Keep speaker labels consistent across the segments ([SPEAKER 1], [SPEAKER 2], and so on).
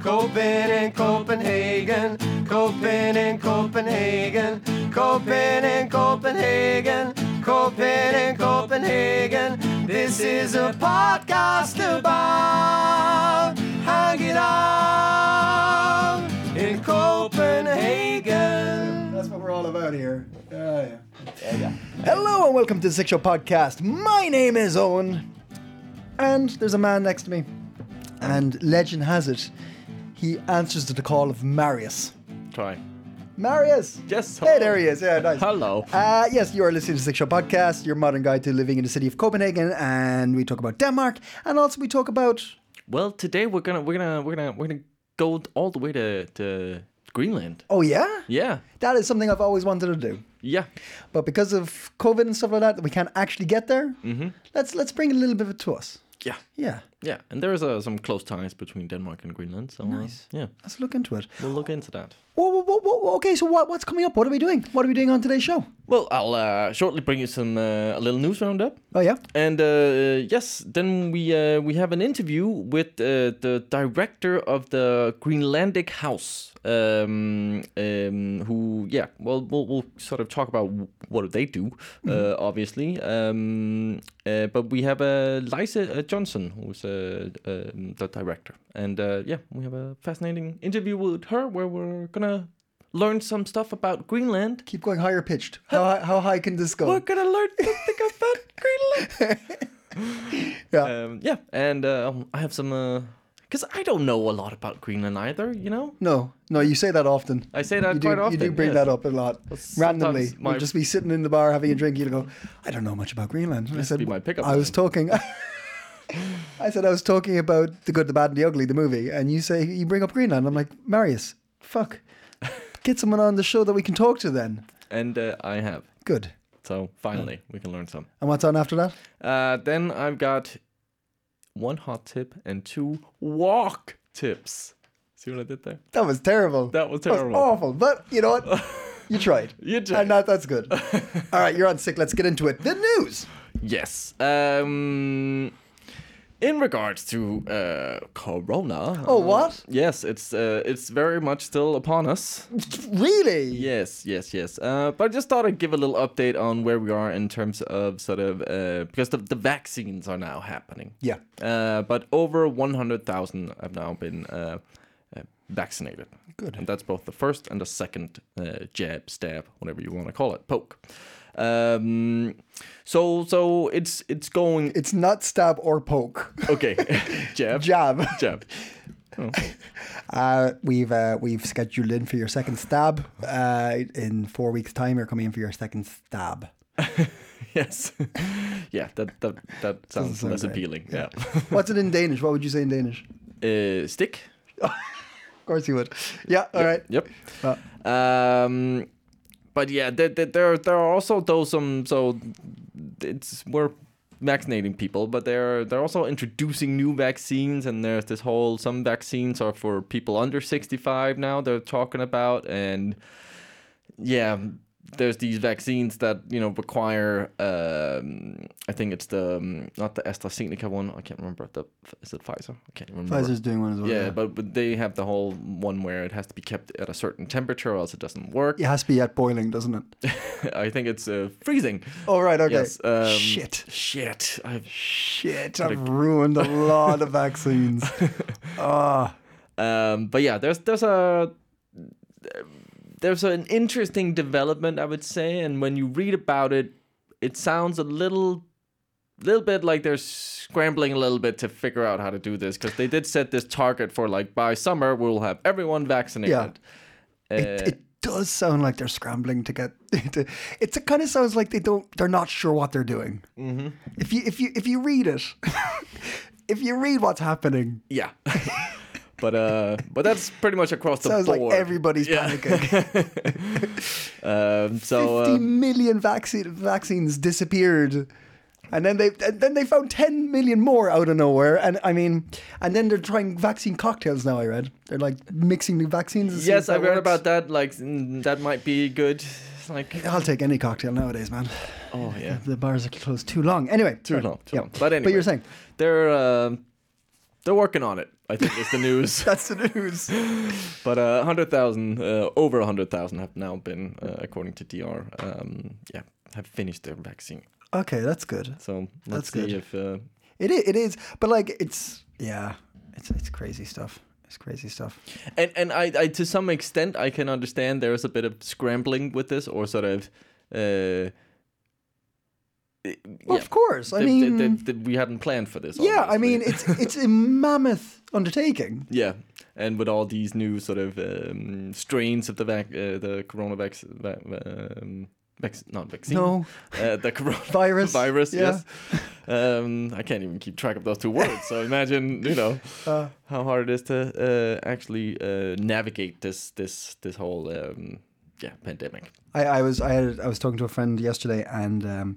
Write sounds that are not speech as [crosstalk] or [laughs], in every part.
[SPEAKER 1] Copen in Copenhagen, Copen in Copenhagen, Copen in Copenhagen, Copen in Copenhagen. This is a podcast about hanging out in Copenhagen.
[SPEAKER 2] That's what we're all about here. Uh, yeah.
[SPEAKER 3] Hello and welcome to the Six Show Podcast. My name is Owen, and there's a man next to me. And legend has it, he answers to the call of Marius.
[SPEAKER 4] Try.
[SPEAKER 3] Marius!
[SPEAKER 4] Yes,
[SPEAKER 3] Hey,
[SPEAKER 4] hello.
[SPEAKER 3] there he is. Yeah, nice.
[SPEAKER 4] Hello.
[SPEAKER 3] Uh, yes, you are listening to the Six Show Podcast, your modern guide to living in the city of Copenhagen, and we talk about Denmark, and also we talk about.
[SPEAKER 4] Well, today we're gonna we're gonna we're gonna we're gonna go all the way to to Greenland.
[SPEAKER 3] Oh, yeah?
[SPEAKER 4] Yeah,
[SPEAKER 3] That is something I've always wanted to do.
[SPEAKER 4] yeah.
[SPEAKER 3] But because of COVID and stuff like that, we can't actually get there. Mm-hmm. Let's let's bring a little bit of it to us.
[SPEAKER 4] Yeah.
[SPEAKER 3] Yeah,
[SPEAKER 4] Yeah, and there is uh, some close ties between Denmark and Greenland. So uh, yeah,
[SPEAKER 3] let's look into it.
[SPEAKER 4] we'll look into that.
[SPEAKER 3] Whoa, whoa, whoa, whoa, whoa, okay, so what, what's coming up? What are we doing? What are we doing on today's show?
[SPEAKER 4] Well, I'll uh, shortly bring you some uh, a little news roundup.
[SPEAKER 3] Oh, yeah?
[SPEAKER 4] And uh, yes, then we uh, we have an interview with uh, the director of the Greenlandic House, um, um, who yeah, well, we'll we'll sort of talk about wh- what do they do, uh, obviously. Um, uh, but we have uh, Lisa uh, Johnson, who's uh, um, the director, and uh, yeah, we have a fascinating interview with her where we're gonna learn some stuff about Greenland.
[SPEAKER 3] Keep going higher pitched. How, hi- how high can this go?
[SPEAKER 4] We're gonna learn something about Greenland.
[SPEAKER 3] [laughs] yeah.
[SPEAKER 4] um, yeah, and um, I have some because I don't know a lot about Greenland either. You know,
[SPEAKER 3] no, no, you say that often.
[SPEAKER 4] I say that
[SPEAKER 3] you
[SPEAKER 4] quite
[SPEAKER 3] do,
[SPEAKER 4] often.
[SPEAKER 3] You do bring
[SPEAKER 4] yes.
[SPEAKER 3] that up a lot. Randomly.
[SPEAKER 4] sometimes my-
[SPEAKER 3] We'll just be sitting in the bar having a drink. You'll go, I don't know much about Greenland. And I said,
[SPEAKER 4] be my pickup
[SPEAKER 3] I was
[SPEAKER 4] line.
[SPEAKER 3] talking. [laughs] I said, I was talking about The Good, the Bad, and the Ugly, the movie. And you say, you bring up Greenland. I'm like, Marius, fuck. Get someone on the show that we can talk to then.
[SPEAKER 4] and uh, I have.
[SPEAKER 3] Good.
[SPEAKER 4] So finally, we can learn some.
[SPEAKER 3] And what's on after that?
[SPEAKER 4] Uh, then I've got one hot tip and two walk tips. See what I did there?
[SPEAKER 3] That was terrible.
[SPEAKER 4] That was terrible.
[SPEAKER 3] awful. But you know what? You tried.
[SPEAKER 4] You did.
[SPEAKER 3] And that, that's good. All right, you're on sick. Let's get into it. The news.
[SPEAKER 4] Yes. Um, in regards to uh, Corona.
[SPEAKER 3] Oh,
[SPEAKER 4] uh,
[SPEAKER 3] what?
[SPEAKER 4] Yes, it's uh, it's very much still upon us.
[SPEAKER 3] Really?
[SPEAKER 4] Yes, yes, yes. Uh, but I just thought I'd give a little update on where we are in terms of sort of uh, because the, the vaccines are now happening.
[SPEAKER 3] Yeah.
[SPEAKER 4] Uh, but over 100,000 have now been uh, uh, vaccinated. Good. And that's both the first and the second uh, jab, stab, whatever you want to call it, poke. Um, so so it's it's going
[SPEAKER 3] It's not stab or poke. [laughs]
[SPEAKER 4] okay. [laughs] jab.
[SPEAKER 3] Jab.
[SPEAKER 4] Jab.
[SPEAKER 3] Uh, we've uh, we've scheduled in for your second stab. Uh, in four weeks' time, you're coming in for your second stab.
[SPEAKER 4] [laughs] Yes. yeah, that that that sounds
[SPEAKER 3] sound
[SPEAKER 4] less
[SPEAKER 3] great.
[SPEAKER 4] appealing. Yeah.
[SPEAKER 3] What's it in Danish? What would you say in Danish?
[SPEAKER 4] uh, stick.
[SPEAKER 3] Of course you would. Yeah. All right.
[SPEAKER 4] Yep.
[SPEAKER 3] Uh,
[SPEAKER 4] Um, but yeah, there, there- there there are also though some so it's we're vaccinating people, but they're they're also introducing new vaccines, and there's this whole some vaccines are for people under sixty five now. They're talking about and yeah. There's these vaccines that you know require. Um, I think it's the um, not the AstraZeneca one. I can't remember. The is it Pfizer? I can't remember.
[SPEAKER 3] Pfizer's doing one as well.
[SPEAKER 4] Yeah, but, but they have the whole one where it has to be kept at a certain temperature, or else it doesn't work.
[SPEAKER 3] it has to be at boiling, doesn't it?
[SPEAKER 4] [laughs] I think it's uh, freezing.
[SPEAKER 3] All right. Okay.
[SPEAKER 4] Yes, um,
[SPEAKER 3] Shit.
[SPEAKER 4] Shit, I've
[SPEAKER 3] Shit, I've ruined a lot
[SPEAKER 4] [laughs]
[SPEAKER 3] of vaccines. Ah,
[SPEAKER 4] Um, but yeah, there's there's a there's an interesting development, I would say, and when you read about it, it sounds a little little bit like they're scrambling a little bit to figure out how to do this because they did set this target for like by summer we'll have everyone vaccinated.
[SPEAKER 3] it, it does sound like they're scrambling to get. [laughs] To, it's- it kind of sounds like they don't. They're not sure what they're doing.
[SPEAKER 4] Mm-hmm.
[SPEAKER 3] If you if you if you read it, [laughs] if you read what's happening,
[SPEAKER 4] Yeah. [laughs] but uh but that's pretty much across the
[SPEAKER 3] sounds
[SPEAKER 4] board.
[SPEAKER 3] like everybody's
[SPEAKER 4] Yeah.
[SPEAKER 3] panicking.
[SPEAKER 4] Um [laughs] so
[SPEAKER 3] Fifty
[SPEAKER 4] uh,
[SPEAKER 3] million vaccine vaccines disappeared. And then they and then they found 10 million more out of nowhere. And I mean, and then they're trying vaccine cocktails now. I read they're like mixing new vaccines. to see
[SPEAKER 4] yes,
[SPEAKER 3] if that
[SPEAKER 4] I read
[SPEAKER 3] works.
[SPEAKER 4] about that like mm, that might be good. It's Like
[SPEAKER 3] I'll take any cocktail nowadays, man.
[SPEAKER 4] oh yeah.
[SPEAKER 3] The bars are closed too long. Anyway, too
[SPEAKER 4] long, too long. But
[SPEAKER 3] but
[SPEAKER 4] anyway.
[SPEAKER 3] you're saying
[SPEAKER 4] They're um they're working on it, I I think
[SPEAKER 3] [laughs]
[SPEAKER 4] is the news.
[SPEAKER 3] That's the news.
[SPEAKER 4] but uh, 100,000, uh, over 100,000 have now been, uh, according to DR, um, yeah, have finished their vaccine.
[SPEAKER 3] Okay, that's good.
[SPEAKER 4] So let's
[SPEAKER 3] That's
[SPEAKER 4] see
[SPEAKER 3] good.
[SPEAKER 4] if uh,
[SPEAKER 3] It is, it is, but like it's yeah, it's it's crazy stuff. It's crazy stuff.
[SPEAKER 4] and and I, I to some extent I can understand there is a bit of scrambling with this or sort of uh, i-
[SPEAKER 3] Well,
[SPEAKER 4] yeah,
[SPEAKER 3] Of course, I
[SPEAKER 4] that-
[SPEAKER 3] mean,
[SPEAKER 4] that- that- that we hadn't planned for this.
[SPEAKER 3] yeah, I
[SPEAKER 4] obviously.
[SPEAKER 3] mean it's it's a mammoth [laughs] undertaking.
[SPEAKER 4] yeah, and with all these new sort of um, strains of the vac uh, the corona vac- va- um, vac- not vaccine
[SPEAKER 3] No
[SPEAKER 4] uh, the corona
[SPEAKER 3] [laughs] virus,
[SPEAKER 4] [laughs] virus
[SPEAKER 3] yeah.
[SPEAKER 4] yes um, I can't even keep track of those two words so imagine you know
[SPEAKER 3] Uh,
[SPEAKER 4] how hard it is to uh, actually uh, navigate this this this whole um, yeah pandemic.
[SPEAKER 3] I, I was I had I was talking to a friend yesterday, and um,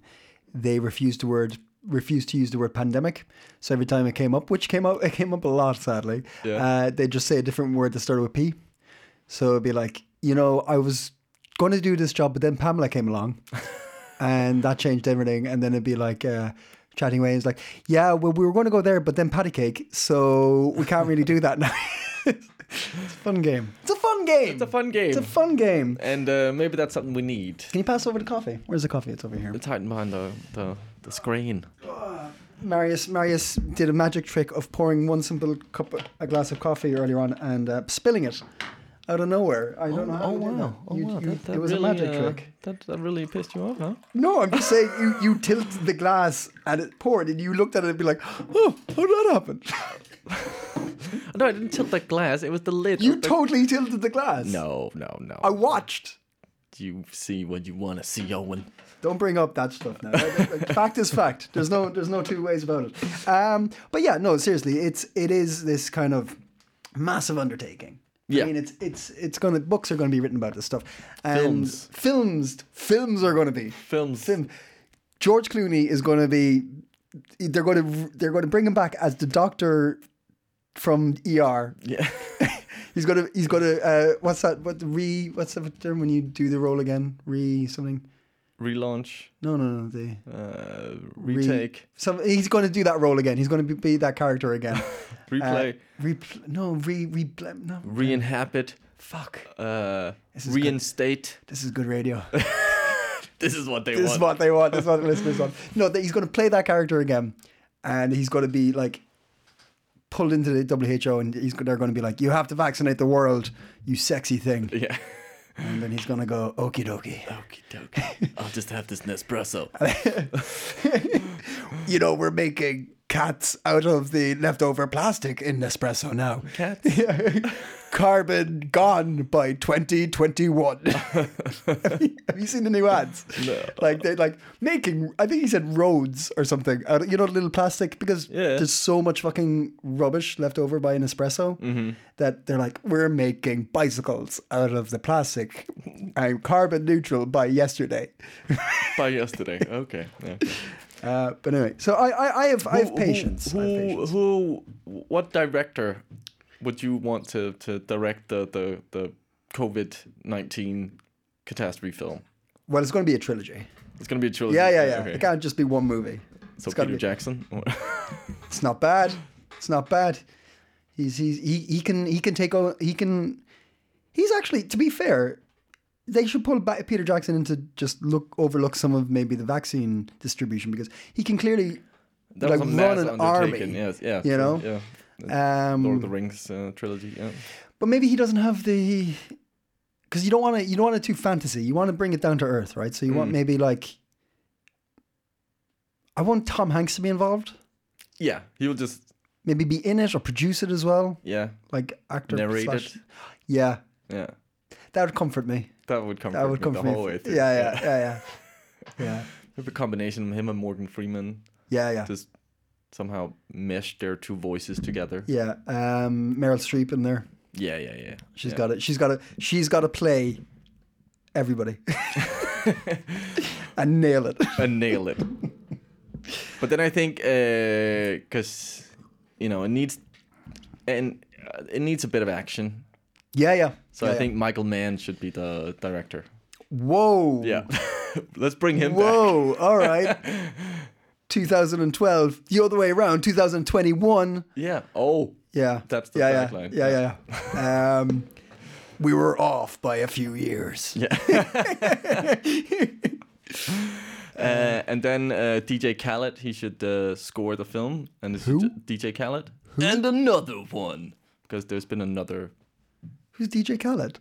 [SPEAKER 3] they refused to word refused to use the word pandemic. So every time it came up, which came up [laughs] it came up a lot, sadly.
[SPEAKER 4] Yeah.
[SPEAKER 3] Uh, they just say a different word that started with P. So it'd be like, you know, I was going to do this job, but then Pamela came
[SPEAKER 4] [laughs]
[SPEAKER 3] along, and that changed everything. And then it'd be like. Uh, Chatting away, it's like, yeah, well, we were going to go there, but then patty cake, so we can't really do that now. [laughs] it's a fun game. It's a fun game.
[SPEAKER 4] It's a fun game,
[SPEAKER 3] It's a fun game.
[SPEAKER 4] and uh, maybe that's something we need.
[SPEAKER 3] Can you pass over the coffee? Where's the coffee? It's over here.
[SPEAKER 4] It's hiding behind the the, the screen.
[SPEAKER 3] Marius Marius did a magic trick of pouring one simple cup, a glass of coffee earlier on, and uh, spilling it out of nowhere. I don't know how.
[SPEAKER 4] oh
[SPEAKER 3] he did
[SPEAKER 4] wow!
[SPEAKER 3] that.
[SPEAKER 4] Oh
[SPEAKER 3] You-
[SPEAKER 4] wow!
[SPEAKER 3] you-
[SPEAKER 4] that, that
[SPEAKER 3] it was
[SPEAKER 4] really,
[SPEAKER 3] a magic
[SPEAKER 4] uh,
[SPEAKER 3] trick.
[SPEAKER 4] That that really pissed you off, huh?
[SPEAKER 3] No, I'm just saying you you tilt the glass and it poured, and you looked at it and be like, oh, how did that happen?
[SPEAKER 4] No, I didn't tilt the glass. It was the lid.
[SPEAKER 3] you
[SPEAKER 4] of the-
[SPEAKER 3] totally tilted the glass.
[SPEAKER 4] No, no, no.
[SPEAKER 3] I watched.
[SPEAKER 4] You see what you want to see, Owen.
[SPEAKER 3] Don't bring up that stuff now. fact is fact. There's no there's no two ways about it. Um, but yeah, no, seriously, it's it is this kind of massive undertaking.
[SPEAKER 4] Yeah.
[SPEAKER 3] I mean, it's it's it's gonna books are gonna be written about this stuff. And
[SPEAKER 4] Films.
[SPEAKER 3] films, films are gonna be.
[SPEAKER 4] Films.
[SPEAKER 3] Film. George Clooney is gonna be. They're gonna they're gonna bring him back as the doctor from ER.
[SPEAKER 4] Yeah. [laughs]
[SPEAKER 3] He's gonna he's gonna uh, what's that? What re? What's the term when you do the role again? Re something?
[SPEAKER 4] Relaunch.
[SPEAKER 3] No, no, no. The
[SPEAKER 4] Uh,
[SPEAKER 3] re-
[SPEAKER 4] retake.
[SPEAKER 3] Some he's going to do that role again. He's going to be, be that
[SPEAKER 4] [laughs]
[SPEAKER 3] character again. Uh,
[SPEAKER 4] replay.
[SPEAKER 3] repl- no, re re blem- no.
[SPEAKER 4] re-inhabit.
[SPEAKER 3] Fuck.
[SPEAKER 4] Uh,
[SPEAKER 3] This is good.
[SPEAKER 4] reinstate.
[SPEAKER 3] This is good
[SPEAKER 4] [laughs]
[SPEAKER 3] radio.
[SPEAKER 4] This is what they
[SPEAKER 3] this is
[SPEAKER 4] want.
[SPEAKER 3] what they want. This is what the listeners want. No, that he's going to play that character again, and he's going to be like pulled into the WHO, and he's they're going to be like, "You have to vaccinate the world, you sexy thing,"
[SPEAKER 4] Yeah.
[SPEAKER 3] and then he's going to go, "Okie dokie."
[SPEAKER 4] Okie dokie. I'll just have this
[SPEAKER 3] [laughs]
[SPEAKER 4] Nespresso.
[SPEAKER 3] You know, we're making cats out of the leftover plastic in Nespresso now.
[SPEAKER 4] Cats?
[SPEAKER 3] [laughs] Carbon gone by 2021. [laughs] have, you, have you seen the new ads? No. Like they like making. I think he said roads or something. out of- You know, little plastic because
[SPEAKER 4] Yeah.
[SPEAKER 3] there's so much fucking rubbish left over by Nespresso
[SPEAKER 4] Mm-hmm.
[SPEAKER 3] that they're like, we're making bicycles out of the plastic. I'm carbon neutral by yesterday.
[SPEAKER 4] By yesterday. Okay. Yeah.
[SPEAKER 3] Uh, but anyway, so I, I, I have I [laughs] have
[SPEAKER 4] Who-
[SPEAKER 3] patience.
[SPEAKER 4] Who,
[SPEAKER 3] I have
[SPEAKER 4] who,
[SPEAKER 3] patience.
[SPEAKER 4] who, what director would you want to, to direct the, the, the COVID 19 catastrophe film?
[SPEAKER 3] Well, it's going to be a trilogy.
[SPEAKER 4] It's going to be a trilogy.
[SPEAKER 3] Yeah, yeah, yeah.
[SPEAKER 4] Okay.
[SPEAKER 3] It can't just be one movie.
[SPEAKER 4] So
[SPEAKER 3] it's gotta
[SPEAKER 4] Peter
[SPEAKER 3] be-
[SPEAKER 4] Jackson? [laughs] Or-
[SPEAKER 3] It's not bad. It's not bad. He's he's he, he can he can take over. He can. He's actually, to be fair, they should pull back Peter Jackson into just look overlook some of maybe the vaccine distribution because he can clearly
[SPEAKER 4] that
[SPEAKER 3] like
[SPEAKER 4] was a mass
[SPEAKER 3] run an
[SPEAKER 4] undertaking.
[SPEAKER 3] army.
[SPEAKER 4] Yes, yeah.
[SPEAKER 3] you
[SPEAKER 4] so,
[SPEAKER 3] know?
[SPEAKER 4] Yeah. Lord of the
[SPEAKER 3] Um,
[SPEAKER 4] Rings uh, trilogy. Yeah.
[SPEAKER 3] but maybe he doesn't have the because you don't want to you don't want it too fantasy. You want to bring it down to earth, right? So you
[SPEAKER 4] Mm.
[SPEAKER 3] want maybe like I want Tom Hanks to be involved.
[SPEAKER 4] Yeah. He will just,
[SPEAKER 3] maybe be in it or produce it as well,
[SPEAKER 4] yeah,
[SPEAKER 3] like actor.
[SPEAKER 4] narrate
[SPEAKER 3] slash-
[SPEAKER 4] it.
[SPEAKER 3] Yeah,
[SPEAKER 4] Yeah.
[SPEAKER 3] that would comfort me.
[SPEAKER 4] That would come
[SPEAKER 3] That would
[SPEAKER 4] the
[SPEAKER 3] comfort me.
[SPEAKER 4] whole way through.
[SPEAKER 3] Yeah, yeah, yeah, yeah, yeah,
[SPEAKER 4] Maybe a combination of him and Morgan Freeman
[SPEAKER 3] yeah, yeah.
[SPEAKER 4] just somehow mesh their two voices together.
[SPEAKER 3] yeah. Um, Meryl Streep in there.
[SPEAKER 4] Yeah, yeah, yeah.
[SPEAKER 3] She's
[SPEAKER 4] yeah.
[SPEAKER 3] got it. She's got it. She's got to play
[SPEAKER 4] [laughs]
[SPEAKER 3] everybody and nail it.
[SPEAKER 4] and nail
[SPEAKER 3] [laughs]
[SPEAKER 4] it. but then I think because you know it needs and uh, it needs a bit of action.
[SPEAKER 3] Yeah, yeah.
[SPEAKER 4] So
[SPEAKER 3] yeah,
[SPEAKER 4] I
[SPEAKER 3] yeah.
[SPEAKER 4] think Michael Mann should be the director.
[SPEAKER 3] Whoa.
[SPEAKER 4] Yeah, [laughs] let's bring him back.
[SPEAKER 3] Whoa.
[SPEAKER 4] [laughs]
[SPEAKER 3] All right. 2012. The other way around. 2021.
[SPEAKER 4] Yeah. Oh.
[SPEAKER 3] Yeah.
[SPEAKER 4] That's the
[SPEAKER 3] yeah, yeah,
[SPEAKER 4] tagline.
[SPEAKER 3] yeah, yeah,
[SPEAKER 4] [laughs]
[SPEAKER 3] yeah. um, we were off by a few years.
[SPEAKER 4] Yeah.
[SPEAKER 3] [laughs]
[SPEAKER 4] Uh, and then uh, DJ Khaled, he should uh, score the film. And this
[SPEAKER 3] Who?
[SPEAKER 4] is J- DJ Khaled. And another one. Because there's been another.
[SPEAKER 3] Who's DJ Khaled?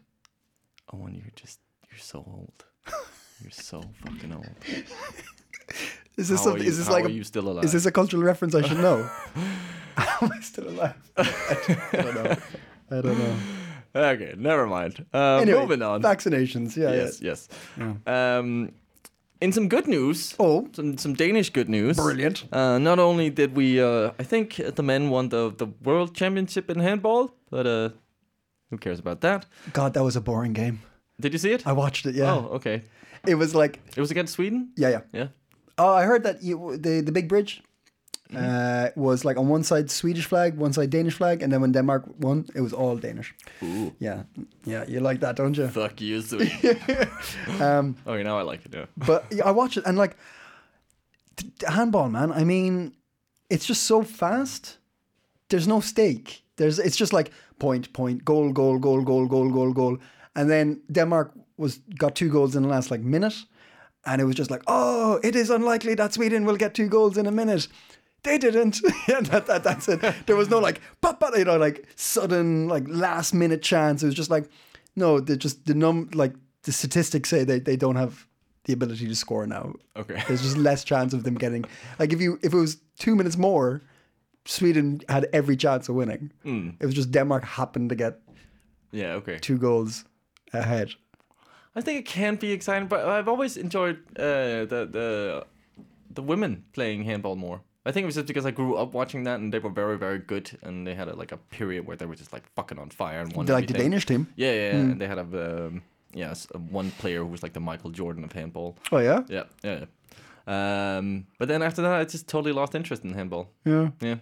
[SPEAKER 4] Oh, and you're just. You're so old. You're so fucking
[SPEAKER 3] [laughs]
[SPEAKER 4] old.
[SPEAKER 3] Is this
[SPEAKER 4] How
[SPEAKER 3] a,
[SPEAKER 4] are you-
[SPEAKER 3] is this
[SPEAKER 4] how
[SPEAKER 3] like
[SPEAKER 4] are
[SPEAKER 3] a,
[SPEAKER 4] you still alive?
[SPEAKER 3] is this a cultural reference I
[SPEAKER 4] [laughs]
[SPEAKER 3] should know? [laughs] Am I still alive? [laughs] I don't know. I
[SPEAKER 4] [laughs]
[SPEAKER 3] don't know.
[SPEAKER 4] Okay, never mind. Uh,
[SPEAKER 3] Anyway,
[SPEAKER 4] moving on.
[SPEAKER 3] Vaccinations. Yeah.
[SPEAKER 4] yes,
[SPEAKER 3] yeah.
[SPEAKER 4] yes. Um, in some good news.
[SPEAKER 3] Oh.
[SPEAKER 4] Some, some Danish good news.
[SPEAKER 3] Brilliant.
[SPEAKER 4] Uh, not only did we, uh, I think uh, the men won the, the world championship in handball, but uh, who cares about that?
[SPEAKER 3] God, that was a boring game.
[SPEAKER 4] Did you see it?
[SPEAKER 3] I watched it. Yeah.
[SPEAKER 4] Oh, okay.
[SPEAKER 3] It was like
[SPEAKER 4] It was against Sweden?
[SPEAKER 3] yeah, yeah.
[SPEAKER 4] Yeah.
[SPEAKER 3] Oh, I heard that you, the the big bridge
[SPEAKER 4] Hmm.
[SPEAKER 3] uh, was like on one side Swedish flag, one side Danish flag, and then when Denmark won, it was all Danish.
[SPEAKER 4] Ooh.
[SPEAKER 3] Yeah, yeah, you like that, don't you?
[SPEAKER 4] Fuck you, [laughs] Sweden.
[SPEAKER 3] Um,
[SPEAKER 4] okay, now I like it. Yeah.
[SPEAKER 3] but yeah, I watch it and like t- t- handball, man. I mean, it's just so fast. There's no stake. There's it's just like point, point, goal, goal, goal, goal, goal, goal, goal, and then Denmark was got two goals in the last like minute, and it was just like, oh, it is unlikely that Sweden will get two goals in a minute. They didn't. [laughs] yeah, that, that, that's it. There was no like, pop, pop, you know, like sudden like last minute chance. It was just like, no, they just the num like the statistics say they they don't have the ability to score now.
[SPEAKER 4] Okay.
[SPEAKER 3] There's just less chance of them getting like if you if it was two minutes more, Sweden had every chance of winning.
[SPEAKER 4] Hmm.
[SPEAKER 3] It was just Denmark happened to get
[SPEAKER 4] Yeah, okay.
[SPEAKER 3] two goals ahead.
[SPEAKER 4] I think it can be exciting, but I've always enjoyed uh, the the the women playing handball more. I think it was just because I grew up watching that, and they were very, very good, and they had a, like a period where they were just like fucking on fire and won.
[SPEAKER 3] They're like the
[SPEAKER 4] everything.
[SPEAKER 3] Danish team.
[SPEAKER 4] Yeah, yeah, yeah. and they had a um, yeah s- a one player who was like the Michael Jordan of handball.
[SPEAKER 3] Oh yeah?
[SPEAKER 4] Yeah, yeah. yeah. Um, but then after that, I just totally lost interest in handball.
[SPEAKER 3] Yeah.
[SPEAKER 4] Yeah.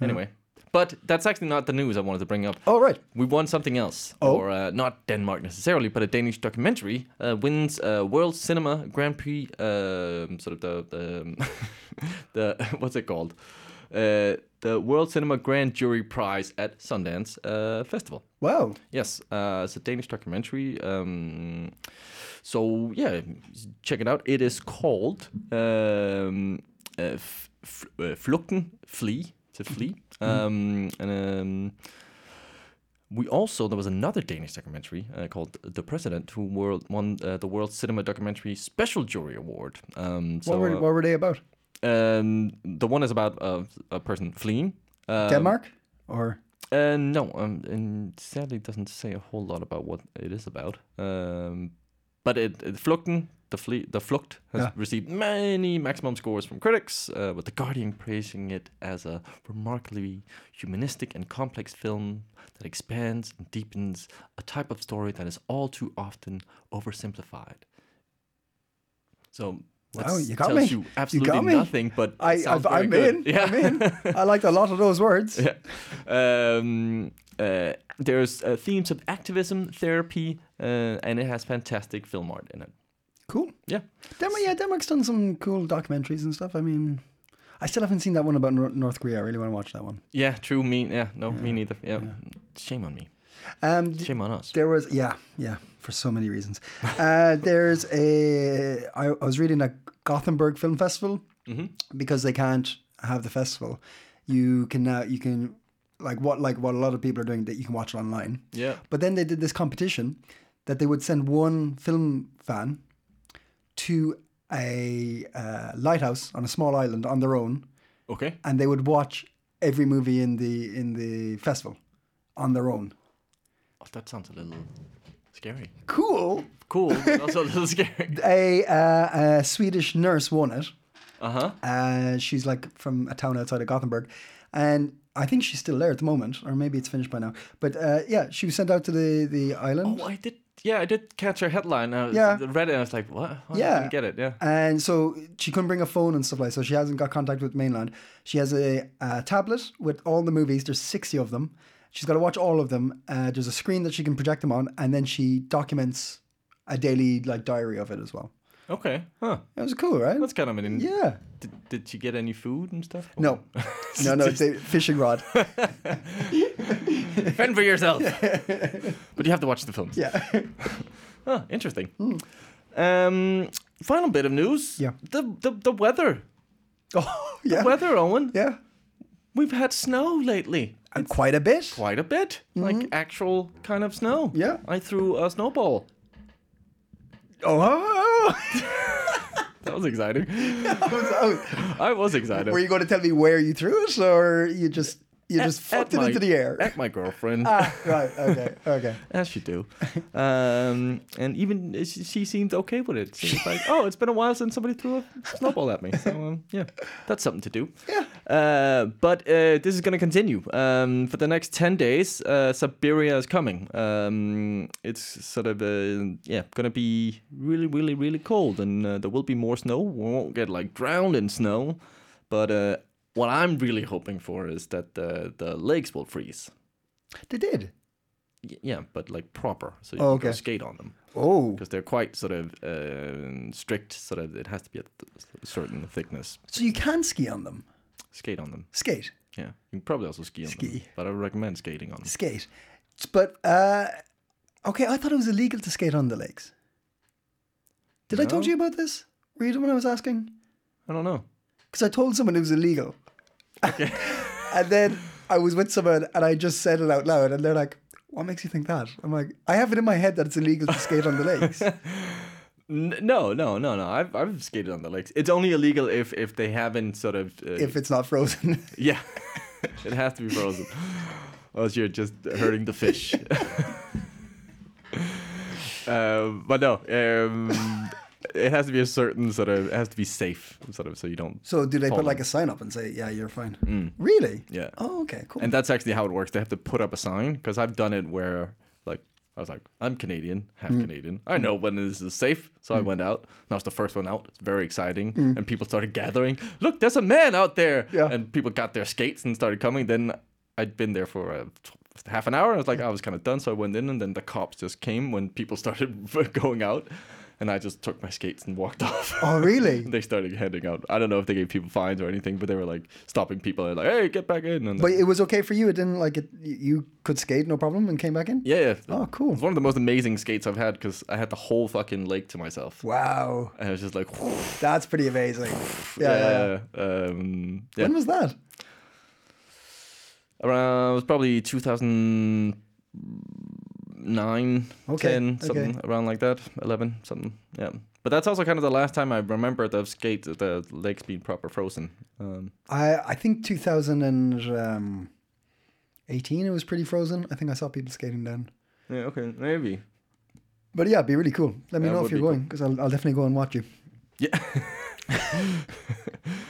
[SPEAKER 4] Anyway, but that's actually not the news I wanted to bring up.
[SPEAKER 3] Oh right.
[SPEAKER 4] We won something else,
[SPEAKER 3] Oh.
[SPEAKER 4] or uh, not Denmark necessarily, but a Danish documentary uh, wins uh, World Cinema Grand Prix. Um, [laughs] sort of the the, the [laughs] what's it called? Uh, the World Cinema Grand Jury Prize at Sundance uh, Festival.
[SPEAKER 3] Wow.
[SPEAKER 4] Yes, uh, it's a Danish documentary. Um, so yeah, s- check it out. It is called um, uh, f- f- uh, "Flugten," flee to flee.
[SPEAKER 3] Mm-hmm.
[SPEAKER 4] Um, and um, we also there was another Danish documentary uh, called "The President," who world won uh, the World Cinema Documentary Special Jury Award. Um, so
[SPEAKER 3] what were
[SPEAKER 4] uh,
[SPEAKER 3] what were they about?
[SPEAKER 4] um, the one is about uh, a person fleeing. Um,
[SPEAKER 3] Denmark? Or
[SPEAKER 4] uh, no, um, and sadly doesn't say a whole lot about what it is about. Um, but it, it Flukten, the fle- the Flucht has
[SPEAKER 3] Yeah.
[SPEAKER 4] received many maximum scores from critics, uh, with the Guardian praising it as a remarkably humanistic and complex film that expands and deepens a type of story that is all too often oversimplified. So. that
[SPEAKER 3] Wow, you got
[SPEAKER 4] tells
[SPEAKER 3] me.
[SPEAKER 4] You
[SPEAKER 3] You got
[SPEAKER 4] absolutely
[SPEAKER 3] me.
[SPEAKER 4] nothing, but
[SPEAKER 3] I,
[SPEAKER 4] it sounds
[SPEAKER 3] I've,
[SPEAKER 4] very
[SPEAKER 3] I'm
[SPEAKER 4] good.
[SPEAKER 3] in.
[SPEAKER 4] Yeah.
[SPEAKER 3] I'm in.
[SPEAKER 4] [laughs]
[SPEAKER 3] I liked a lot of those words.
[SPEAKER 4] Yeah. Um, uh, there's uh, themes of activism, therapy, uh, and it has fantastic film art in it.
[SPEAKER 3] Cool.
[SPEAKER 4] Yeah.
[SPEAKER 3] Denmark, yeah, Denmark's done some cool documentaries and stuff. I mean, I still haven't seen that one about Nor- North Korea. I really want to watch that one.
[SPEAKER 4] Yeah, true. Me, yeah, no, me neither. Yeah. Shame on me.
[SPEAKER 3] Um, d-
[SPEAKER 4] Shame on us.
[SPEAKER 3] there was, yeah, yeah, for so many
[SPEAKER 4] [laughs]
[SPEAKER 3] reasons. Uh, there's a, I, I was reading that Gothenburg Film Festival
[SPEAKER 4] Mm-hmm.
[SPEAKER 3] because they can't have the festival. You can now, you can, like what, like what a lot of people are doing that you can watch it online.
[SPEAKER 4] Yeah.
[SPEAKER 3] But then they did this competition that they would send one film fan to a uh, lighthouse on a small island on their own,
[SPEAKER 4] Okay.
[SPEAKER 3] and they would watch every movie in the in the festival on their own.
[SPEAKER 4] Oh, that sounds a little scary.
[SPEAKER 3] Cool.
[SPEAKER 4] [laughs] Cool. but also a little scary.
[SPEAKER 3] A, uh, a Swedish nurse won it.
[SPEAKER 4] Uh huh.
[SPEAKER 3] Uh, she's like from a town outside of Gothenburg, and I think she's still there at the moment, or maybe it's finished by now. But uh, yeah, she was sent out to the the island.
[SPEAKER 4] Oh, I did. Yeah, I did catch her headline. I was-
[SPEAKER 3] Yeah.
[SPEAKER 4] read it. and I was like, what? Oh, I
[SPEAKER 3] Yeah.
[SPEAKER 4] didn't get it. Yeah.
[SPEAKER 3] And so she couldn't bring a phone and stuff like so. She hasn't got contact with mainland. She has a, uh tablet with all the movies. There's 60 of them. She's got to watch all of them. Uh, there's a screen that she can project them on, and then she documents a daily like diary of it as well.
[SPEAKER 4] Okay. Huh.
[SPEAKER 3] That was cool, right?
[SPEAKER 4] That's kind of an. in-
[SPEAKER 3] yeah.
[SPEAKER 4] Did, did she get any food and stuff? [laughs] Oh.
[SPEAKER 3] No. No, no, it's a fishing rod.
[SPEAKER 4] Fend for [laughs] yourself. but you have to watch the films.
[SPEAKER 3] Yeah. [laughs]
[SPEAKER 4] Huh, interesting. Um, final bit of news.
[SPEAKER 3] Hmm. Yeah.
[SPEAKER 4] The the, the weather.
[SPEAKER 3] Oh, yeah.
[SPEAKER 4] Weather, Owen.
[SPEAKER 3] Yeah.
[SPEAKER 4] We've had snow lately.
[SPEAKER 3] And quite a bit.
[SPEAKER 4] Quite a bit. Like actual kind of snow.
[SPEAKER 3] Mm-hmm. Yeah.
[SPEAKER 4] I threw a snowball.
[SPEAKER 3] Oh, oh, oh.
[SPEAKER 4] [laughs] That was exciting.
[SPEAKER 3] [laughs] Oh,
[SPEAKER 4] I was excited.
[SPEAKER 3] Were you going to tell me where you threw it, or you just you
[SPEAKER 4] At-
[SPEAKER 3] just fucked
[SPEAKER 4] at
[SPEAKER 3] it
[SPEAKER 4] my-
[SPEAKER 3] into the air?
[SPEAKER 4] At my girlfriend.
[SPEAKER 3] Ah, right. Okay. Okay.
[SPEAKER 4] [laughs] As you do. Um, and even she, she seemed okay with it. She was like, oh, it's been a while since somebody threw a snowball at me. So, um, yeah, that's something to do.
[SPEAKER 3] Yeah.
[SPEAKER 4] Uh, but uh, this is going to continue. Um, for the next 10 days, uh, Siberia is coming. Um, it's sort of, uh, yeah, going to be really, really, really cold. And uh, there will be more snow. We won't get, like, drowned in snow. But uh, what I'm really hoping for is that uh, the lakes will freeze.
[SPEAKER 3] They did.
[SPEAKER 4] Y- Yeah, but like proper, so you
[SPEAKER 3] Oh,
[SPEAKER 4] can go
[SPEAKER 3] okay.
[SPEAKER 4] skate on them
[SPEAKER 3] Oh,
[SPEAKER 4] because they're quite sort of um strict. Sort of, it has to be at a certain thickness.
[SPEAKER 3] so you can ski on them.
[SPEAKER 4] Skate on them.
[SPEAKER 3] Skate.
[SPEAKER 4] Yeah, you can probably also ski on them,
[SPEAKER 3] Ski.
[SPEAKER 4] but I would recommend skating on them.
[SPEAKER 3] Skate. But uh, okay, I thought it was illegal to skate on the lakes. Did I told
[SPEAKER 4] No.
[SPEAKER 3] you about this? Were you the one I was asking?
[SPEAKER 4] I don't know.
[SPEAKER 3] because I told someone it was illegal. [laughs] and then I was with someone and I just said it out loud, and they're like, "What makes you think that?" I'm like, "I have it in my head that it's illegal to skate on the lakes."
[SPEAKER 4] N- no, no, no, no. I've I've skated on the lakes. It's only illegal if if they haven't sort of. Uh,
[SPEAKER 3] if it's not frozen, [laughs]
[SPEAKER 4] yeah, [laughs] it has to be frozen, or else you're just hurting the fish. [laughs] um, but no, um, it has to be a certain sort of. It has to be safe, sort of, so you don't
[SPEAKER 3] so do they put
[SPEAKER 4] Totally.
[SPEAKER 3] like a sign up and say, "Yeah, you're fine"? Really?
[SPEAKER 4] Mm. Yeah.
[SPEAKER 3] Oh, okay, cool.
[SPEAKER 4] And that's actually how it works. They have to put up a sign because I've done it where, like, I was like, I'm Canadian, half
[SPEAKER 3] Mm.
[SPEAKER 4] Canadian. I know when this is safe. So I went out. And I was the first one out. It's very exciting. And people started gathering. Look, there's a man out there.
[SPEAKER 3] Mm. Yeah.
[SPEAKER 4] And people got their skates and started coming. Then I'd been there for uh, t- half an hour. I was like, I was kind of done. So I went in. And then the cops just came when people [laughs] started going out. And I just took my skates and walked [laughs] off.
[SPEAKER 3] oh, really?
[SPEAKER 4] [laughs] They started handing out. I don't know if they gave people fines or anything, but they were like stopping people and like, "Hey, get back in!" And
[SPEAKER 3] But it was okay for you. It didn't like it. You could skate, no problem, and came back in.
[SPEAKER 4] Yeah, yeah.
[SPEAKER 3] Oh, cool.
[SPEAKER 4] It's one of the most amazing skates I've had because I had the whole fucking lake to myself.
[SPEAKER 3] Wow,
[SPEAKER 4] And I was just like, [laughs]
[SPEAKER 3] that's pretty amazing. Yeah. yeah, yeah.
[SPEAKER 4] yeah, yeah. Um, yeah.
[SPEAKER 3] When was that?
[SPEAKER 4] Around, it was probably 2009,
[SPEAKER 3] Okay,
[SPEAKER 4] 10,
[SPEAKER 3] okay.
[SPEAKER 4] something around like that, 11, something. Yeah. But that's also kind of the last time I remember the skate, the lakes being proper frozen. Um,
[SPEAKER 3] I I think 2018 um, it was pretty frozen. I think I saw people skating then.
[SPEAKER 4] yeah, okay, maybe.
[SPEAKER 3] But yeah, it'd be really cool. Let me
[SPEAKER 4] That
[SPEAKER 3] know
[SPEAKER 4] would
[SPEAKER 3] if you're
[SPEAKER 4] be cool.
[SPEAKER 3] going because I'll, I'll definitely go and watch you.
[SPEAKER 4] Yeah. [laughs]
[SPEAKER 3] I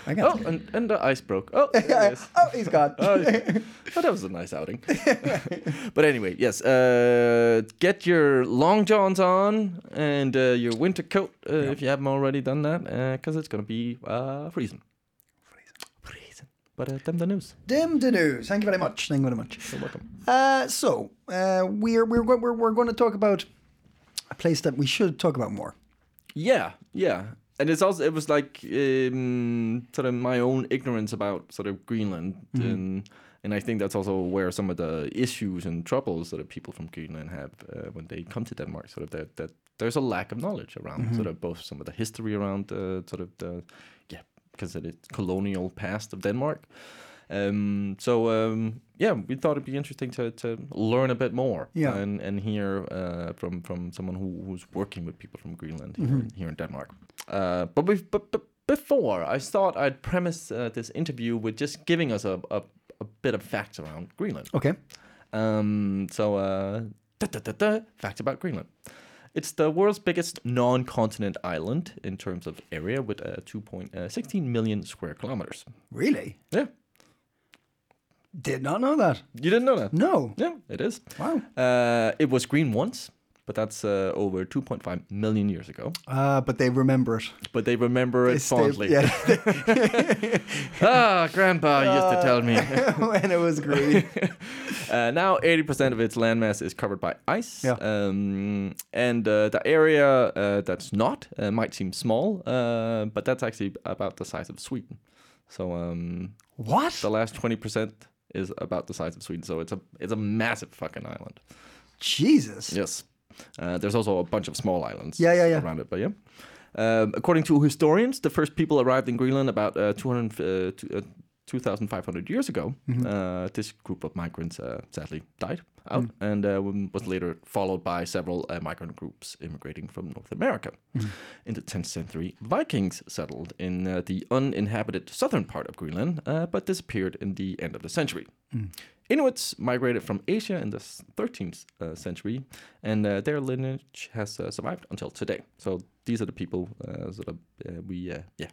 [SPEAKER 4] oh,
[SPEAKER 3] got [laughs] it.
[SPEAKER 4] and, and the ice broke.
[SPEAKER 3] [laughs]
[SPEAKER 4] Oh, there it is.
[SPEAKER 3] oh, he's gone.
[SPEAKER 4] Oh,
[SPEAKER 3] [laughs]
[SPEAKER 4] yeah. Oh, that was a nice outing. [laughs] but anyway, yes, uh, get your long johns on and uh, your winter coat uh, if you haven't already done that, because it's gonna be uh, freezing. Freezing. Freezing. But uh, them the news.
[SPEAKER 3] Dim the news. Thank you very much. Thank you very much.
[SPEAKER 4] You're welcome.
[SPEAKER 3] Uh, so uh, we're we're go- we're we're going to talk about a place that we should talk about more.
[SPEAKER 4] Yeah, yeah. And it's also it was like um, sort of my own ignorance about sort of Greenland, and and I think that's also where some of the issues and troubles that people from Greenland have uh, when they come to Denmark. Sort of that that there's a lack of knowledge around sort of both some of the history around uh, sort of the yeah because of the colonial past of Denmark. Um, so um, yeah, we thought it'd be interesting to, to learn a bit more
[SPEAKER 3] Yeah.
[SPEAKER 4] and and hear uh, from from someone who, who's working with people from Greenland here, in- here in Denmark. Uh, but, bef- but, but before I thought I'd premise uh, this interview with just giving us a, a, a bit of facts around Greenland.
[SPEAKER 3] Okay.
[SPEAKER 4] Um, so, uh, da, da, da, da, fact about Greenland. It's the world's biggest non continent island in terms of area with uh, 2.16 million square kilometers.
[SPEAKER 3] Really?
[SPEAKER 4] Yeah.
[SPEAKER 3] Did not know that.
[SPEAKER 4] You didn't know that?
[SPEAKER 3] No.
[SPEAKER 4] Yeah, it is.
[SPEAKER 3] Wow.
[SPEAKER 4] Uh, it was green once. But that's uh, over 2.5 million years ago.
[SPEAKER 3] Uh, but they remember it.
[SPEAKER 4] But they remember it
[SPEAKER 3] They stay-
[SPEAKER 4] fondly.
[SPEAKER 3] yeah,
[SPEAKER 4] ah, Grandpa used to
[SPEAKER 3] [laughs]
[SPEAKER 4] tell me.
[SPEAKER 3] when it was green.
[SPEAKER 4] Uh, now, 80% of its landmass is covered by ice.
[SPEAKER 3] Yeah.
[SPEAKER 4] Um, and uh, the area uh, that's not uh, might seem small, uh, but that's actually about the size of Sweden. So um,
[SPEAKER 3] [laughs] What?
[SPEAKER 4] the last 20% is about the size of Sweden. So it's a it's a massive fucking island.
[SPEAKER 3] Jesus.
[SPEAKER 4] Yes. Uh, there's also a bunch of small islands
[SPEAKER 3] Yeah, yeah, yeah.
[SPEAKER 4] around it, but yeah. Um, according to historians, the first people arrived in Greenland about uh, 200, uh, t- uh, 2,500 years ago.
[SPEAKER 3] Mm-hmm.
[SPEAKER 4] Uh, this group of migrants uh, sadly died out
[SPEAKER 3] Mm.
[SPEAKER 4] and uh, w- was later followed by several uh, migrant groups immigrating from North America.
[SPEAKER 3] Mm-hmm.
[SPEAKER 4] In the 10th century, Vikings settled in uh, the uninhabited southern part of Greenland, uh, but disappeared in the end of the century.
[SPEAKER 3] Mm.
[SPEAKER 4] Inuits migrated from Asia in the s- 13th uh, century, and uh, their lineage has uh, survived until today. So these are the people uh, sort of uh, we uh, yeah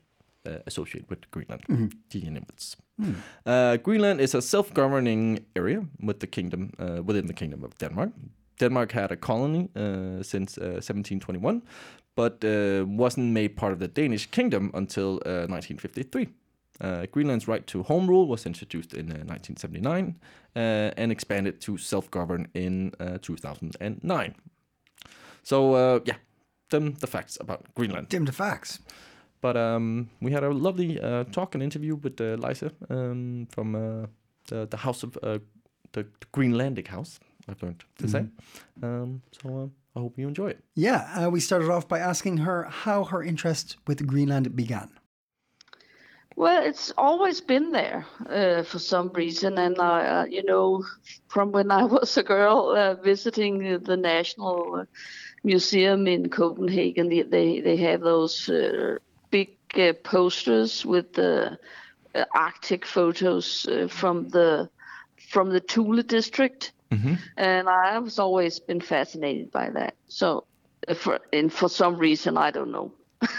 [SPEAKER 4] uh, associate with Greenland, the Inuits.
[SPEAKER 3] Hmm.
[SPEAKER 4] Uh, Greenland is a self-governing area with the kingdom uh, within the kingdom of Denmark. Denmark had a colony uh, since uh, 1721, but uh, wasn't made part of the Danish kingdom until uh, 1953. Uh, Greenland's right to home rule was introduced in uh, 1979 uh, and expanded to self-govern in uh, 2009. So uh, yeah, them the facts about Greenland.
[SPEAKER 3] Dim to facts.
[SPEAKER 4] But um, we had a lovely uh, talk and interview with uh, Lisa um, from uh, the, the House of uh, the, the Greenlandic House. I've learned to say. Um, so uh, I hope you enjoy it.
[SPEAKER 3] Yeah, uh, we started off by asking her how her interest with Greenland began.
[SPEAKER 5] Well, it's always been there uh, for some reason, and I, uh, you know, from when I [laughs] was a girl uh, visiting the National Museum in Copenhagen, they they, they have those uh, big uh, posters with the uh, Arctic photos uh, from the from the Thule district, and I've always been fascinated by that. So, uh, for and for some reason, I don't know.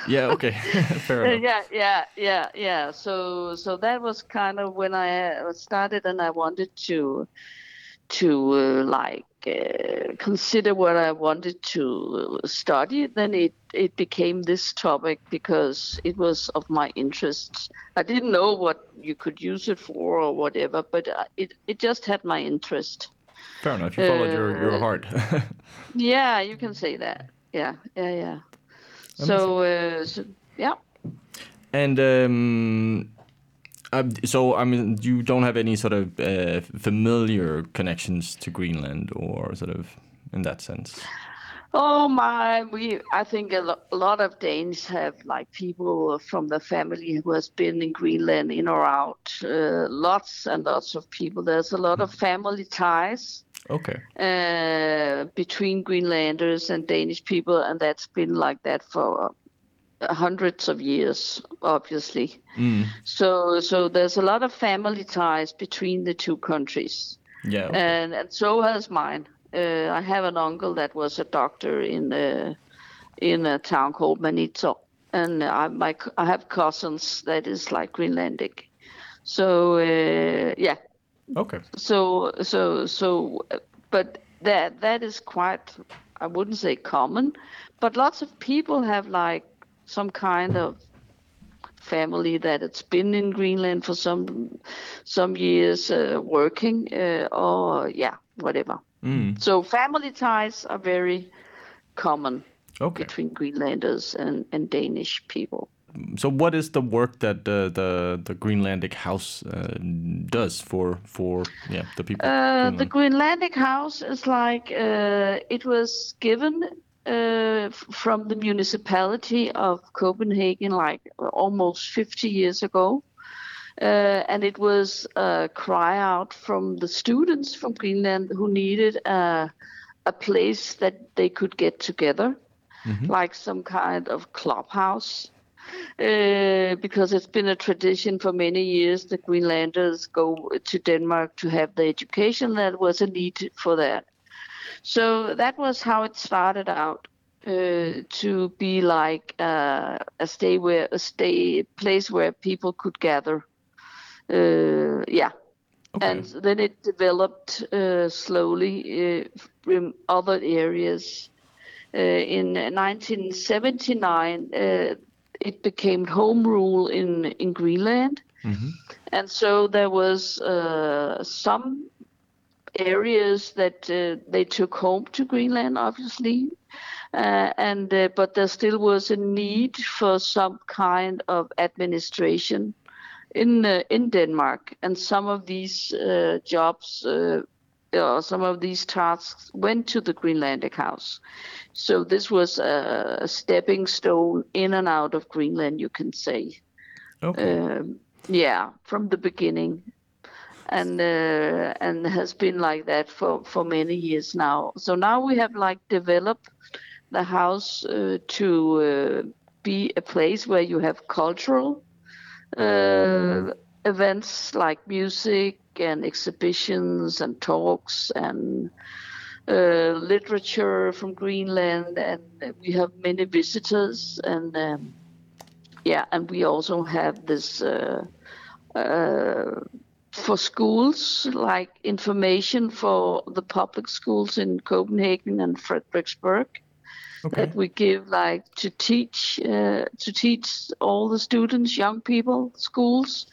[SPEAKER 4] Yeah. Okay. [laughs] Fair
[SPEAKER 5] Uh,
[SPEAKER 4] enough.
[SPEAKER 5] [laughs] yeah, yeah, yeah, yeah. So, so that was kind of when I uh, started, and I wanted to, to uh, like uh, consider what I wanted to study. Then it it became this topic because it was of my interest. I didn't know what you could use it for or whatever, but uh, it it just had my interest.
[SPEAKER 4] Fair enough. You followed your, your
[SPEAKER 5] uh,
[SPEAKER 4] heart. [laughs]
[SPEAKER 5] Yeah, you can say that. Yeah, yeah, yeah. So, uh, so yeah.
[SPEAKER 4] and um, um, so I mean, you don't have any sort of uh, familiar connections to Greenland or sort of in that sense.
[SPEAKER 5] Oh my, we I think a, lo- a lot of Danes have like people from the family who has been in Greenland in or out. Uh, lots and lots of people. There's a lot of family ties
[SPEAKER 4] Okay.
[SPEAKER 5] uh, between Greenlanders and Danish people, and that's been like that for uh, hundreds of years, obviously. So so there's a lot of family ties between the two countries
[SPEAKER 4] Yeah. okay.
[SPEAKER 5] and, and so has mine. Uh, I have an uncle that was a doctor in uh, in a town called Manito, and I my c- I have cousins that is like Greenlandic. So uh, yeah,
[SPEAKER 4] okay.
[SPEAKER 5] so so so, uh, but that that is quite I wouldn't say common, but lots of people have like some kind of family that it's been in Greenland for some some years uh, working uh, or yeah whatever. So family ties are very common
[SPEAKER 4] Okay.
[SPEAKER 5] between Greenlanders and, and Danish people.
[SPEAKER 4] So, what is the work that the the, the Greenlandic House uh, does for for yeah the people?
[SPEAKER 5] Uh, the Greenlandic house is like uh, it was given uh, f- from the municipality of Copenhagen like almost 50 years ago. Uh, and it was a cry out from the students from Greenland who needed a, a place that they could get together, like some kind of clubhouse uh, because it's been a tradition for many years. The Greenlanders go to Denmark to have the education that was a need for that. So that was how it started out uh, to be like uh, a stay where a stay place where people could gather. Uh, yeah. And then it developed uh, slowly uh, in other areas uh, in 1979, uh, it became home rule in, in Greenland. And so there was uh, some areas that uh, they took home to Greenland, obviously. Uh, and uh, but there still was a need for some kind of administration in uh, in Denmark, and some of these uh, jobs uh, or some of these tasks went to the Greenlandic House. So this was a, a stepping stone in and out of Greenland, you can say.
[SPEAKER 4] Okay.
[SPEAKER 5] Um, yeah, from the beginning, and uh, and has been like that for for many years now. So now we have like developed the house uh, to uh, be a place where you have cultural uh, events like music and exhibitions and talks and uh, literature from Greenland, and we have many visitors and. Um, yeah, and we also have this uh, uh, for schools, like information for the public schools in Copenhagen and Frederiksberg that we give, like to teach uh, to teach all the students, young people, schools,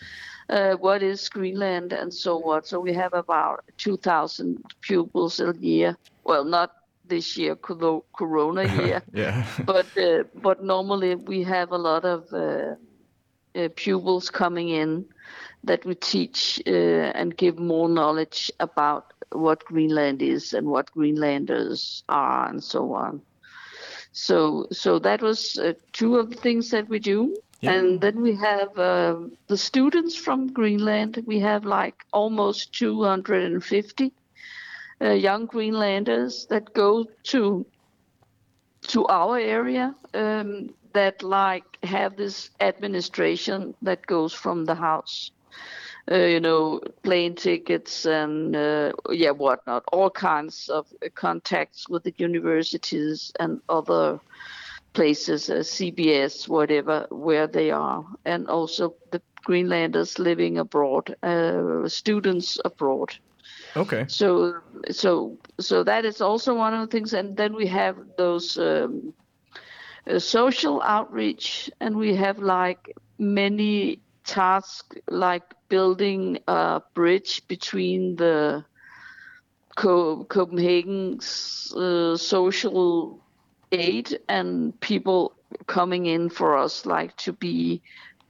[SPEAKER 5] uh, what is Greenland and so on. So we have about 2,000 pupils a year. Well, not this year, colo- Corona year
[SPEAKER 4] Yeah. [laughs]
[SPEAKER 5] but uh, but normally we have a lot of uh, uh, pupils coming in that we teach uh, and give more knowledge about what Greenland is and what Greenlanders are and so on. So so that was uh, two of the things that we do. And then we have um the students from Greenland. We have like almost 250 uh, young Greenlanders that go to to our area um, that like have this administration that goes from the house. Uh, you know, plane tickets and uh, yeah, whatnot, all kinds of uh, contacts with the universities and other places, uh, CBS, whatever, where they are, and also the Greenlanders living abroad, uh, students abroad
[SPEAKER 4] Okay.
[SPEAKER 5] so so so that is also one of the things and then we have those um, uh, social outreach and we have like many tasks like building a bridge between the Co- copenhagen's uh, social aid and people coming in for us like to be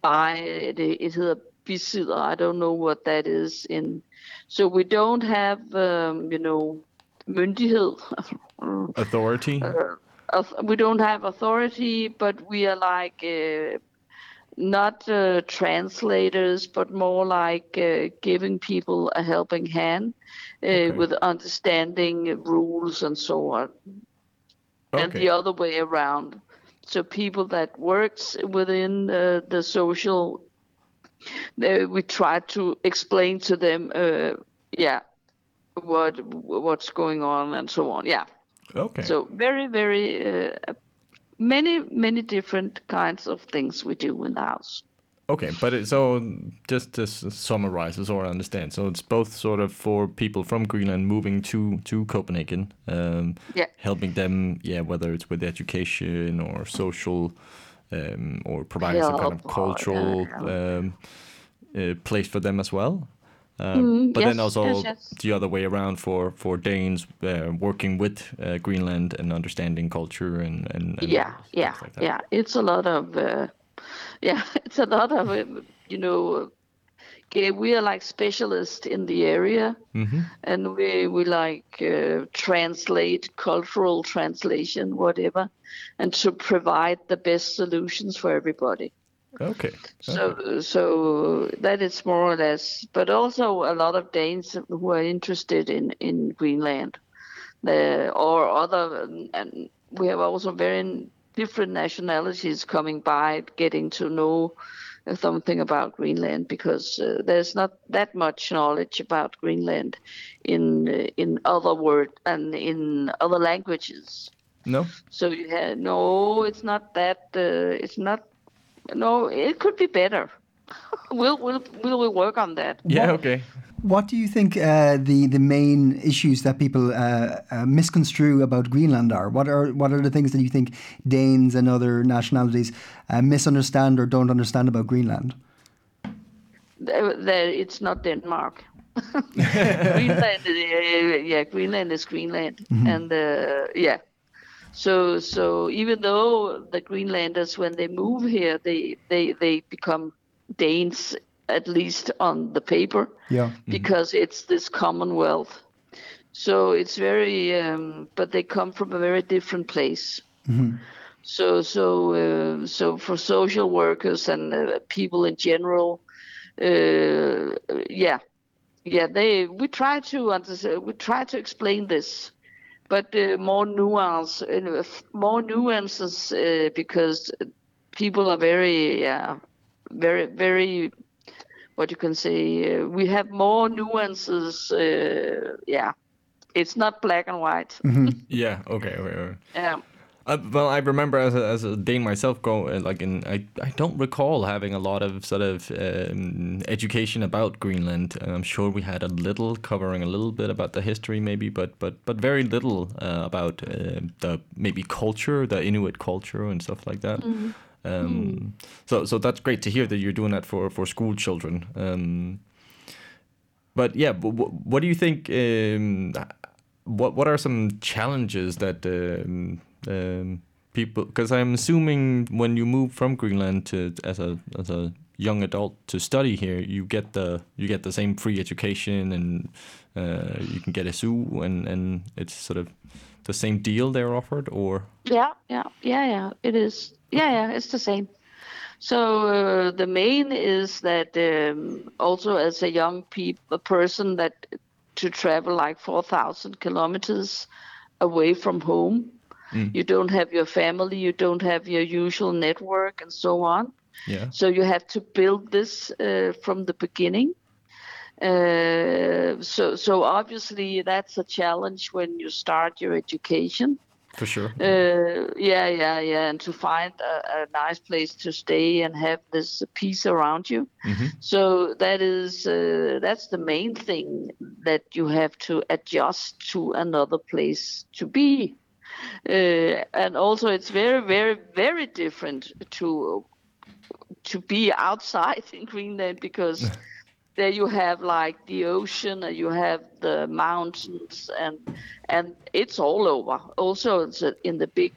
[SPEAKER 5] by det, it hedder bisidder i don't know what that is in so we don't have, um, you know, myndighed.
[SPEAKER 4] Authority.
[SPEAKER 5] uh, auth- we don't have authority, but we are like uh, not uh, translators, but more like uh, giving people a helping hand uh, with understanding rules and so on, and
[SPEAKER 4] Okay.
[SPEAKER 5] the other way around. So people that works within uh, the social they, we try to explain to them uh, yeah what what's going on and so on yeah
[SPEAKER 4] Okay.
[SPEAKER 5] so very very uh, many many different kinds of things we do in the house
[SPEAKER 4] Okay, but it, so just to s- summarize, so I understand, so it's both sort of for people from Greenland moving to to Copenhagen, um,
[SPEAKER 5] Yeah.
[SPEAKER 4] helping them, yeah, whether it's with education or social, um, or providing some kind of
[SPEAKER 5] Help Oh, or,
[SPEAKER 4] cultural um, uh, place for them as well. Um, but then
[SPEAKER 5] Mm, yes,
[SPEAKER 4] also
[SPEAKER 5] yes, yes.
[SPEAKER 4] the other way around for for Danes uh, working with uh, Greenland and understanding culture and and, and
[SPEAKER 5] yeah
[SPEAKER 4] things
[SPEAKER 5] yeah
[SPEAKER 4] like that.
[SPEAKER 5] yeah it's a lot of uh, yeah [laughs] it's a lot of uh, you know uh, okay, we are like specialists in the area
[SPEAKER 4] Mm-hmm.
[SPEAKER 5] and we we like uh, translate cultural translation whatever and to provide the best solutions for everybody
[SPEAKER 4] Okay.
[SPEAKER 5] so so that is more or less but also a lot of danes who are interested in in greenland uh, or other and we have also very different nationalities coming by getting to know something about greenland because uh, there's not that much knowledge about greenland in uh, in other word and in other languages
[SPEAKER 4] No.
[SPEAKER 5] so you had no it's not that uh, it's not no it could be better [laughs] We'll we'll we'll, we'll work on that.
[SPEAKER 4] Yeah, okay.
[SPEAKER 3] What do you think uh, the the main issues that people uh, uh, misconstrue about Greenland are? What are what are the things that you think Danes and other nationalities uh, misunderstand or don't understand about Greenland?
[SPEAKER 5] Th- that it's not Denmark. [laughs] Greenland, uh, yeah, Greenland is Greenland, and uh, yeah. So so even though the Greenlanders, when they move here, they they they become Danes at least on the paper,
[SPEAKER 3] Yeah.
[SPEAKER 5] because it's this Commonwealth. So it's very, um, but they come from a very different place. So so uh, so for social workers and uh, people in general, uh, yeah, yeah. They we try to understand, we try to explain this, but uh, more nuance, uh, f- more nuances uh, because people are very, yeah, very very. What you can say, uh, we have more nuances. Uh, yeah, it's not black and white.
[SPEAKER 4] Yeah, okay, okay, okay.
[SPEAKER 5] Yeah.
[SPEAKER 4] Uh, well, I remember as a, as a Dane myself, go uh, like in I, I don't recall having a lot of sort of um, education about Greenland. And I'm sure we had a little covering a little bit about the history, maybe, but but but very little uh, about uh, the maybe culture, the Inuit culture and stuff like that. Um, so so that's great to hear that you're doing that for for school children. Um, but yeah, but wh- what do you think? Um, what what are some challenges that um, um, people? Because I'm assuming when you move from Greenland to as a as a young adult to study here, you get the you get the same free education and uh, you can get a zoo and and it's sort of the same deal they're offered or
[SPEAKER 5] Yeah, yeah, yeah, yeah. It is. Yeah, yeah. It's the same. So uh, the main is that um, also as a young peop- a person that to travel like four thousand kilometers away from home, you don't have your family, you don't have your usual network, and so on.
[SPEAKER 4] yeah
[SPEAKER 5] So you have to build this uh, from the beginning. Uh, so so obviously that's a challenge when you start your education.
[SPEAKER 4] for sure
[SPEAKER 5] Uh, yeah, yeah, yeah, and to find a, a nice place to stay and have this peace around you. So that is uh, that's the main thing that you have to adjust to another place to be, uh, and also it's very, very, very different to to be outside [laughs] in Greenland because there you have like the ocean and you have the mountains and and it's all over also it's uh, in the big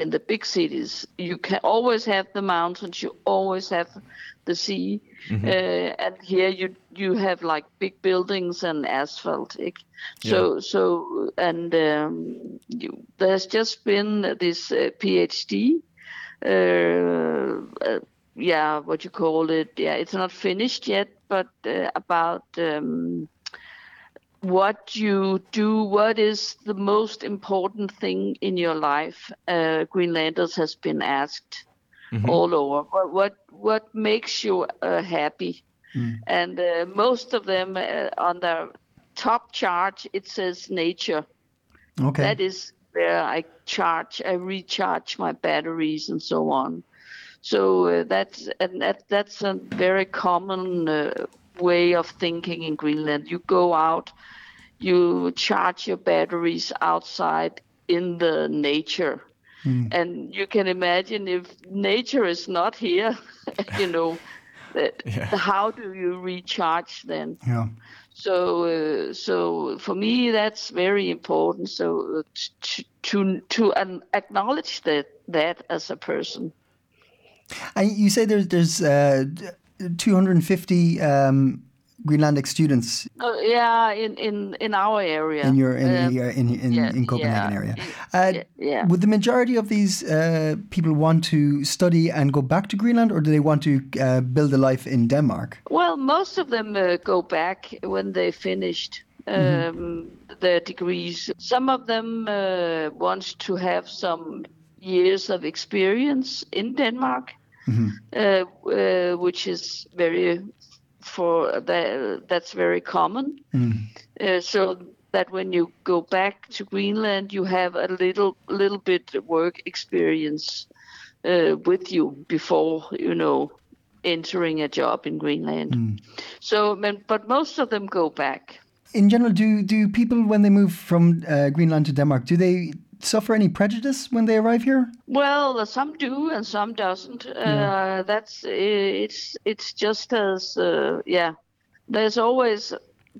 [SPEAKER 5] in the big cities you can always have the mountains you always have the sea uh, and here you you have like big buildings and asphalt Ik- so so and um, you, there's just been this uh, phd uh, uh, yeah, what you call it. Yeah, it's not finished yet, but uh, about um, what you do, what is the most important thing in your life? Uh, Greenlanders has been asked all over. What what, what makes you uh, happy? And uh, most of them uh, on the top chart, it says nature.
[SPEAKER 3] Okay.
[SPEAKER 5] That is where I charge, I recharge my batteries and so on. So uh, that's and that, that's a very common uh, way of thinking in Greenland. You go out, you charge your batteries outside in the nature. And you can imagine if nature is not here, [laughs] you know, that, how do you recharge then?
[SPEAKER 3] yeah.
[SPEAKER 5] so uh, so for me that's very important so uh, t- t- to to um, acknowledge that that as a person
[SPEAKER 3] And you say there's there's uh, 250 um, Greenlandic students
[SPEAKER 5] Uh, yeah in in in our area
[SPEAKER 3] in your in
[SPEAKER 5] Um,
[SPEAKER 3] the, uh, in, in,
[SPEAKER 5] yeah,
[SPEAKER 3] in Copenhagen
[SPEAKER 5] yeah,
[SPEAKER 3] area.
[SPEAKER 5] in-
[SPEAKER 3] Uh,
[SPEAKER 5] yeah, yeah.
[SPEAKER 3] Would the majority of these uh, people want to study and go back to Greenland, or do they want to uh, build a life in Denmark?
[SPEAKER 5] well most of them uh, go back when they finished um, their degrees some of them uh, want to have some years of experience in denmark uh, uh, which is very for that that's very common. Uh, so that when you go back to Greenland, you have a little little bit work experience uh, with you before you know entering a job in Greenland. So, men- but most of them go back.
[SPEAKER 3] In general, do do people when they move from uh, Greenland to Denmark do they suffer any prejudice when they arrive here?
[SPEAKER 5] Well, uh, some do and some doesn't. Uh, that's it's it's just as uh, yeah. There's always,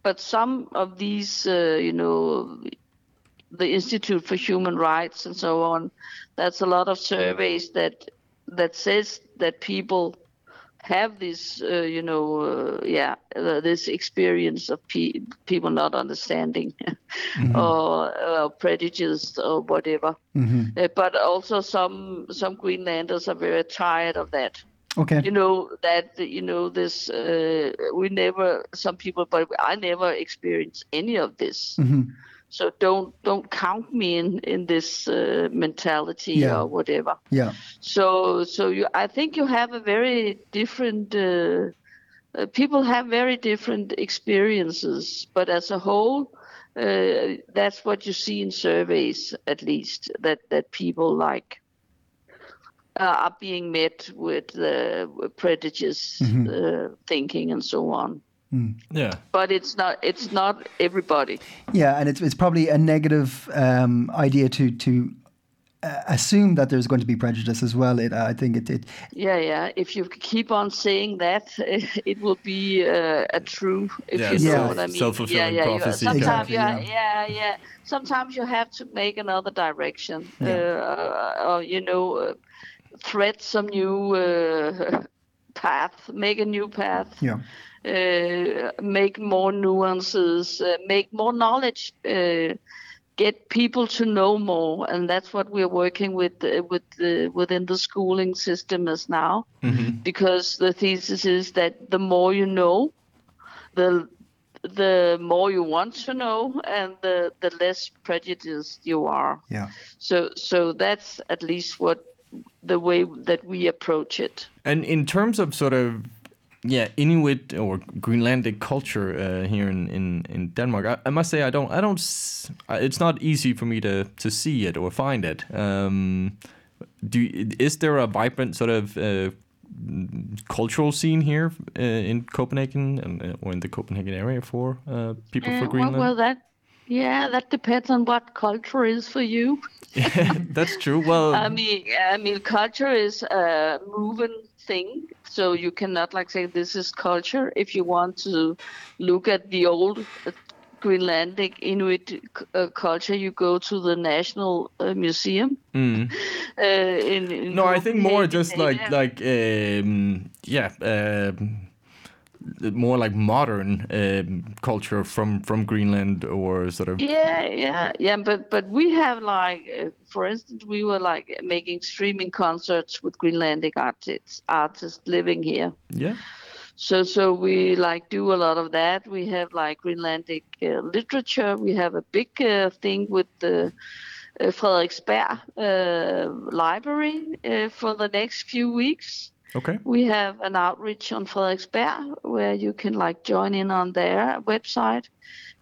[SPEAKER 5] but some of these, uh, you know, the Institute for Human Rights and so on. That's a lot of surveys that that says that people have this, uh, you know, uh, yeah, uh, this experience of pe- people not understanding [laughs] or uh, prejudice or whatever.
[SPEAKER 3] Mm-hmm.
[SPEAKER 5] Uh, but also some some Greenlanders are very tired of that.
[SPEAKER 3] Okay.
[SPEAKER 5] You know that you know this. Uh, we never some people, but I never experienced any of this.
[SPEAKER 3] Mm-hmm.
[SPEAKER 5] So don't don't count me in in this uh, mentality
[SPEAKER 3] Yeah.
[SPEAKER 5] or whatever.
[SPEAKER 3] yeah.
[SPEAKER 5] So so you, I think you have a very different. Uh, uh, people have very different experiences, but as a whole, uh, that's what you see in surveys, at least that that people like uh, are being met with uh, prejudice uh, thinking and so on.
[SPEAKER 4] Yeah.
[SPEAKER 5] But it's not it's not everybody.
[SPEAKER 3] Yeah, and it's it's probably a negative um, idea to to uh, assume that there's going to be prejudice as well. It, I think it, it
[SPEAKER 5] Yeah, yeah. If you keep on saying that, [laughs] it will be uh, a true. If
[SPEAKER 4] Yeah,
[SPEAKER 5] you know
[SPEAKER 3] self-
[SPEAKER 5] what I mean.
[SPEAKER 4] self-fulfilling
[SPEAKER 5] yeah, yeah, you-
[SPEAKER 4] prophecy
[SPEAKER 5] Sometimes
[SPEAKER 3] Exactly,
[SPEAKER 5] you, ha- yeah. yeah, Sometimes you have to make another direction, uh, or you know, uh, thread some new uh, [laughs] path, make a new path.
[SPEAKER 3] yeah
[SPEAKER 5] Uh, make more nuances, uh, make more knowledge, uh, get people to know more, and that's what we're working with uh, with the, within the schooling system as now, because the thesis is that the more you know, the the more you want to know, and the the less prejudiced you are.
[SPEAKER 3] yeah.
[SPEAKER 5] So so that's at least what the way that we approach it.
[SPEAKER 4] And in terms of sort of yeah Inuit or Greenlandic culture uh, here in, in, in Denmark, I, I must say I don't I don't s- I- it's not easy for me to to see it or find it. Um, do is there a vibrant sort of uh, cultural scene here uh, in Copenhagen and uh, or in the Copenhagen area for uh, people
[SPEAKER 5] Uh,
[SPEAKER 4] for
[SPEAKER 5] well-
[SPEAKER 4] Greenland?
[SPEAKER 5] Well, that yeah, that depends on what culture is for you. [laughs]
[SPEAKER 4] That's true. Well,
[SPEAKER 5] I mean, I mean, culture is a moving thing, so you cannot like say this is culture. If you want to look at the old uh, Greenlandic Inuit c- uh, culture, you go to the National uh, Museum.
[SPEAKER 4] hmm.
[SPEAKER 5] Uh, in, in
[SPEAKER 4] No, I think more
[SPEAKER 5] Copenhagen,
[SPEAKER 4] just like
[SPEAKER 5] yeah.
[SPEAKER 4] like um, yeah, um, more like modern um, culture from from Greenland or sort of
[SPEAKER 5] Yeah, yeah, yeah. But but we have like, uh, for instance, we were like making streaming concerts with Greenlandic artists artists living here.
[SPEAKER 4] yeah.
[SPEAKER 5] So so we like do a lot of that. We have like Greenlandic uh, literature. We have a big uh, thing with the uh, Frederiksberg uh, library uh, for the next few weeks.
[SPEAKER 4] Okay.
[SPEAKER 5] We have an outreach on Frederiksberg where you can like join in on their website,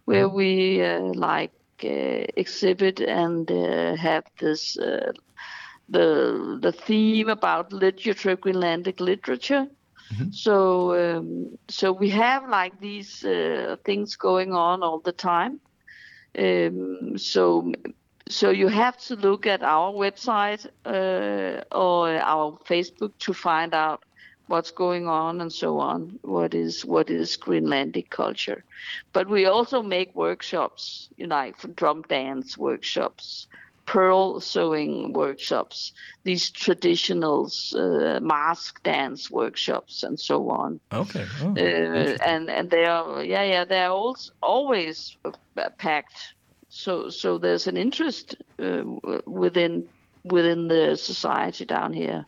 [SPEAKER 5] where we uh, like uh, exhibit and uh, have this uh, the the theme about literature, Greenlandic literature. So um, so we have like these uh, things going on all the time. Um, so so you have to look at our website uh, or our Facebook to find out what's going on and so on. What is what is Greenlandic culture? But we also make workshops, you know, like for drum dance workshops, pearl sewing workshops, these traditionals, uh, mask dance workshops, and so on
[SPEAKER 4] Okay. Oh.
[SPEAKER 5] uh, and and they are yeah yeah they are also always uh, packed so so there's an interest uh, w- within within the society down here